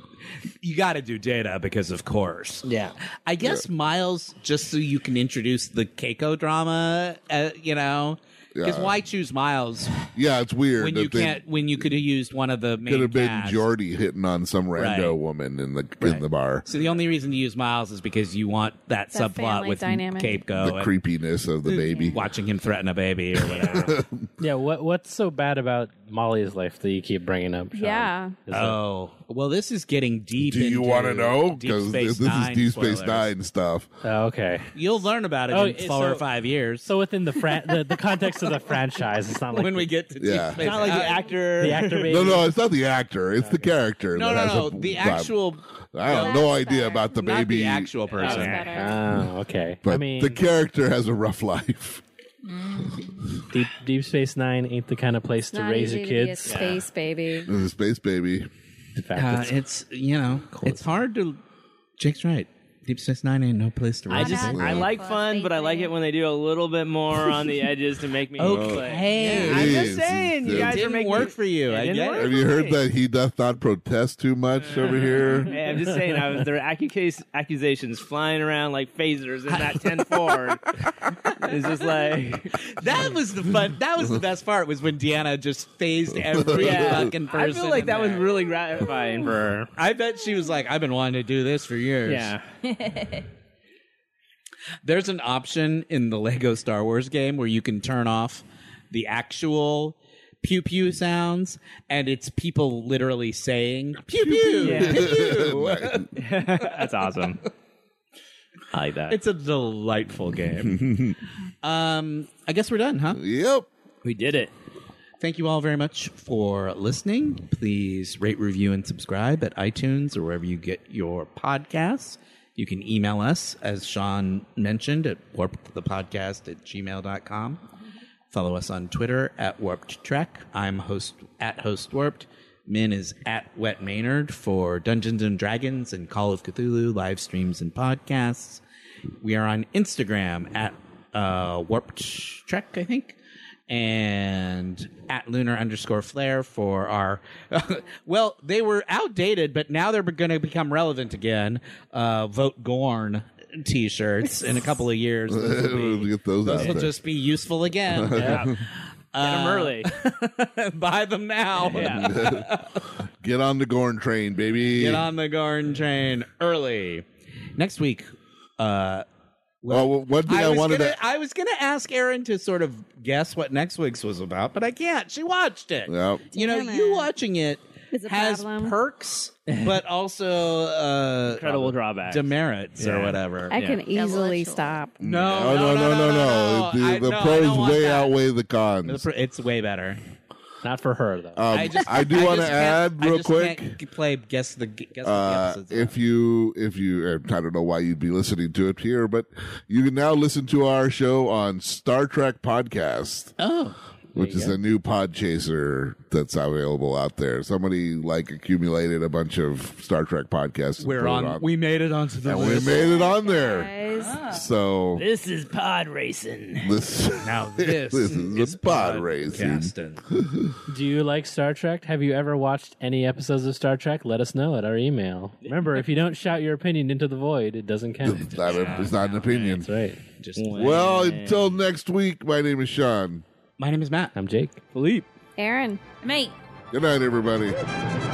S8: you got to do data because, of course.
S10: Yeah.
S8: I guess Miles, just so you can introduce the Keiko drama, uh, you know, because
S2: Yeah.
S8: why choose Miles
S2: Yeah, it's weird.
S8: when
S2: that
S8: you
S2: they
S8: can't when you could have used one of the main
S2: could have been
S8: cast?
S2: Jordy hitting on some rando
S8: Right.
S2: woman in the in the bar.
S8: So the only reason to use Miles is because you want that,
S4: That
S8: subplot
S4: family
S8: with
S4: dynamic.
S8: Keiko
S2: The
S8: Oh, and
S2: creepiness of the baby.
S8: watching him threaten a baby or whatever.
S5: Yeah. What What's so bad about Molly's life that you keep bringing up? Sean?
S4: Yeah.
S5: Is that-
S2: Uh,
S8: oh, well, this is getting deep.
S2: Do you
S8: want
S2: want to know?
S8: Because
S2: Because this is Deep Space Nine stuff.
S5: Oh, okay.
S8: You'll learn about it
S5: Oh,
S8: in
S5: it-
S8: four or
S5: so-
S8: five years.
S5: So within the, fran- the the context of the franchise, it's not like
S8: when we get to
S2: Yeah.
S8: Deep Space
S10: not like
S8: Nine.
S10: the actor.
S5: the actor baby.
S2: No, no, it's not the actor. It's the character.
S8: No,
S2: that
S8: no,
S2: has
S8: no.
S2: a-
S8: The
S2: vibe.
S8: actual,
S2: I have
S4: That's
S2: no idea
S4: better.
S2: about the
S8: not
S2: baby.
S8: the actual person. Uh,
S4: That's better.
S5: Oh, okay.
S2: But
S5: I mean,
S2: the character has a rough life.
S5: Deep, Deep Space Nine ain't the kind of place to
S4: Not
S5: raise
S4: easy
S5: your
S4: to be a
S5: kids.
S4: space baby.
S2: There's a space baby.
S5: In fact,
S8: Uh,
S5: it's-
S8: it's you know, it's hard to. Jake's right. Deep Space Nine ain't no place to
S10: I
S8: raise
S10: just
S8: a baby.
S10: I like
S4: Plus
S10: fun, but I like it when they do a little bit more on the edges to make me.
S8: Okay.
S10: I'm
S2: It
S10: just
S2: is.
S10: saying, you
S2: It
S10: guys are
S8: didn't
S10: making
S8: work for you.
S10: It
S8: I
S10: didn't
S8: get
S10: work
S8: it.
S2: Have you heard
S10: Right.
S2: that he doth not protest too much over here?
S10: Hey, I'm just saying, I was, there are accusa- accusations flying around like phasers in that 10 Ford. It's just like,
S8: That was the fun. That was the best part. Was when Deanna just phased every
S10: yeah.
S8: fucking person.
S10: I feel like
S8: in
S10: that was
S8: there.
S10: really gratifying for her.
S8: I bet she was like, "I've been wanting to do this for years."
S10: Yeah.
S8: There's an option in the Lego Star Wars game where you can turn off the actual pew pew sounds, and it's people literally saying pew pew.
S10: Yeah.
S2: Nice.
S10: That's awesome. I like that.
S8: It's a delightful game. um, I guess we're done, huh?
S2: yep.
S10: we did it.
S8: Thank you all very much for listening. Please rate, review, and subscribe at iTunes or wherever you get your podcasts. You can email us, as Sean mentioned, at warpedthepodcast at gmail.com. Follow us on Twitter at Warped Trek. I'm host at Host Warped. Min is at Wet Maynard for Dungeons and Dragons and Call of Cthulhu live streams and podcasts. We are on Instagram at uh, Warped Trek, I think, and at Lunar underscore Flare for our. well, they were outdated, but now they're going to become relevant again. Uh, Vote Gorn t-shirts in a couple of years. Those will be-
S2: We'll get those out
S8: those will
S2: there.
S8: just be useful again.
S10: Get
S4: Uh,
S10: 'em early.
S8: Buy them now.
S10: Yeah.
S2: Get on the Gorn train, baby.
S8: Get on the Gorn train early. Next week, uh,
S2: Oh, well, one thing I,
S8: I, was
S2: wanted
S8: gonna,
S2: to.
S8: I was gonna ask Erin to sort of guess what next week's was about, but I can't. She watched it.
S2: Yep.
S8: You know,
S4: Damn
S8: you
S4: it.
S8: watching it
S4: Is a
S8: has
S4: problem.
S8: perks, but also uh,
S10: Incredible drawbacks.
S8: demerits or
S10: Yeah.
S8: whatever.
S4: I can easily
S14: Intellectual.
S4: stop.
S2: Oh,
S8: No, no, no, no, no,
S2: The, the
S8: I- no, I don't
S2: pros
S8: want
S2: way
S8: that.
S2: outweigh the cons.
S8: The pr- It's way better.
S5: not for her though.
S2: um, I,
S8: just-
S2: do want to
S8: just
S2: add
S8: can't- I
S2: real
S8: just
S2: quick.
S8: can't g- play guess the g- guess
S2: Uh,
S8: what the episodes.
S2: if you if you uh, I don't know why you'd be listening to it here, but you can now listen to our show on Star Trek podcast.
S8: are. oh,
S2: which is a new pod chaser that's available out there. Somebody like accumulated a bunch of Star Trek podcasts. and
S3: We're
S2: put it
S3: on, We made it onto the
S2: and we
S3: list.
S2: made it on there. So
S10: This is pod racing.
S2: this
S3: now
S5: this
S2: is, a pod racing.
S5: Do you like Star Trek? Have you ever watched any episodes of Star Trek? Let us know at our email. Remember, if you don't shout your opinion into the void, it doesn't count.
S2: It's not, a- it's not an opinion.
S5: That's right.
S3: Just
S2: Well, until next week, my name is Sean.
S3: My name is Matt.
S5: I'm Jake.
S10: Philippe.
S4: Aaron.
S11: Mate.
S2: Good night, everybody.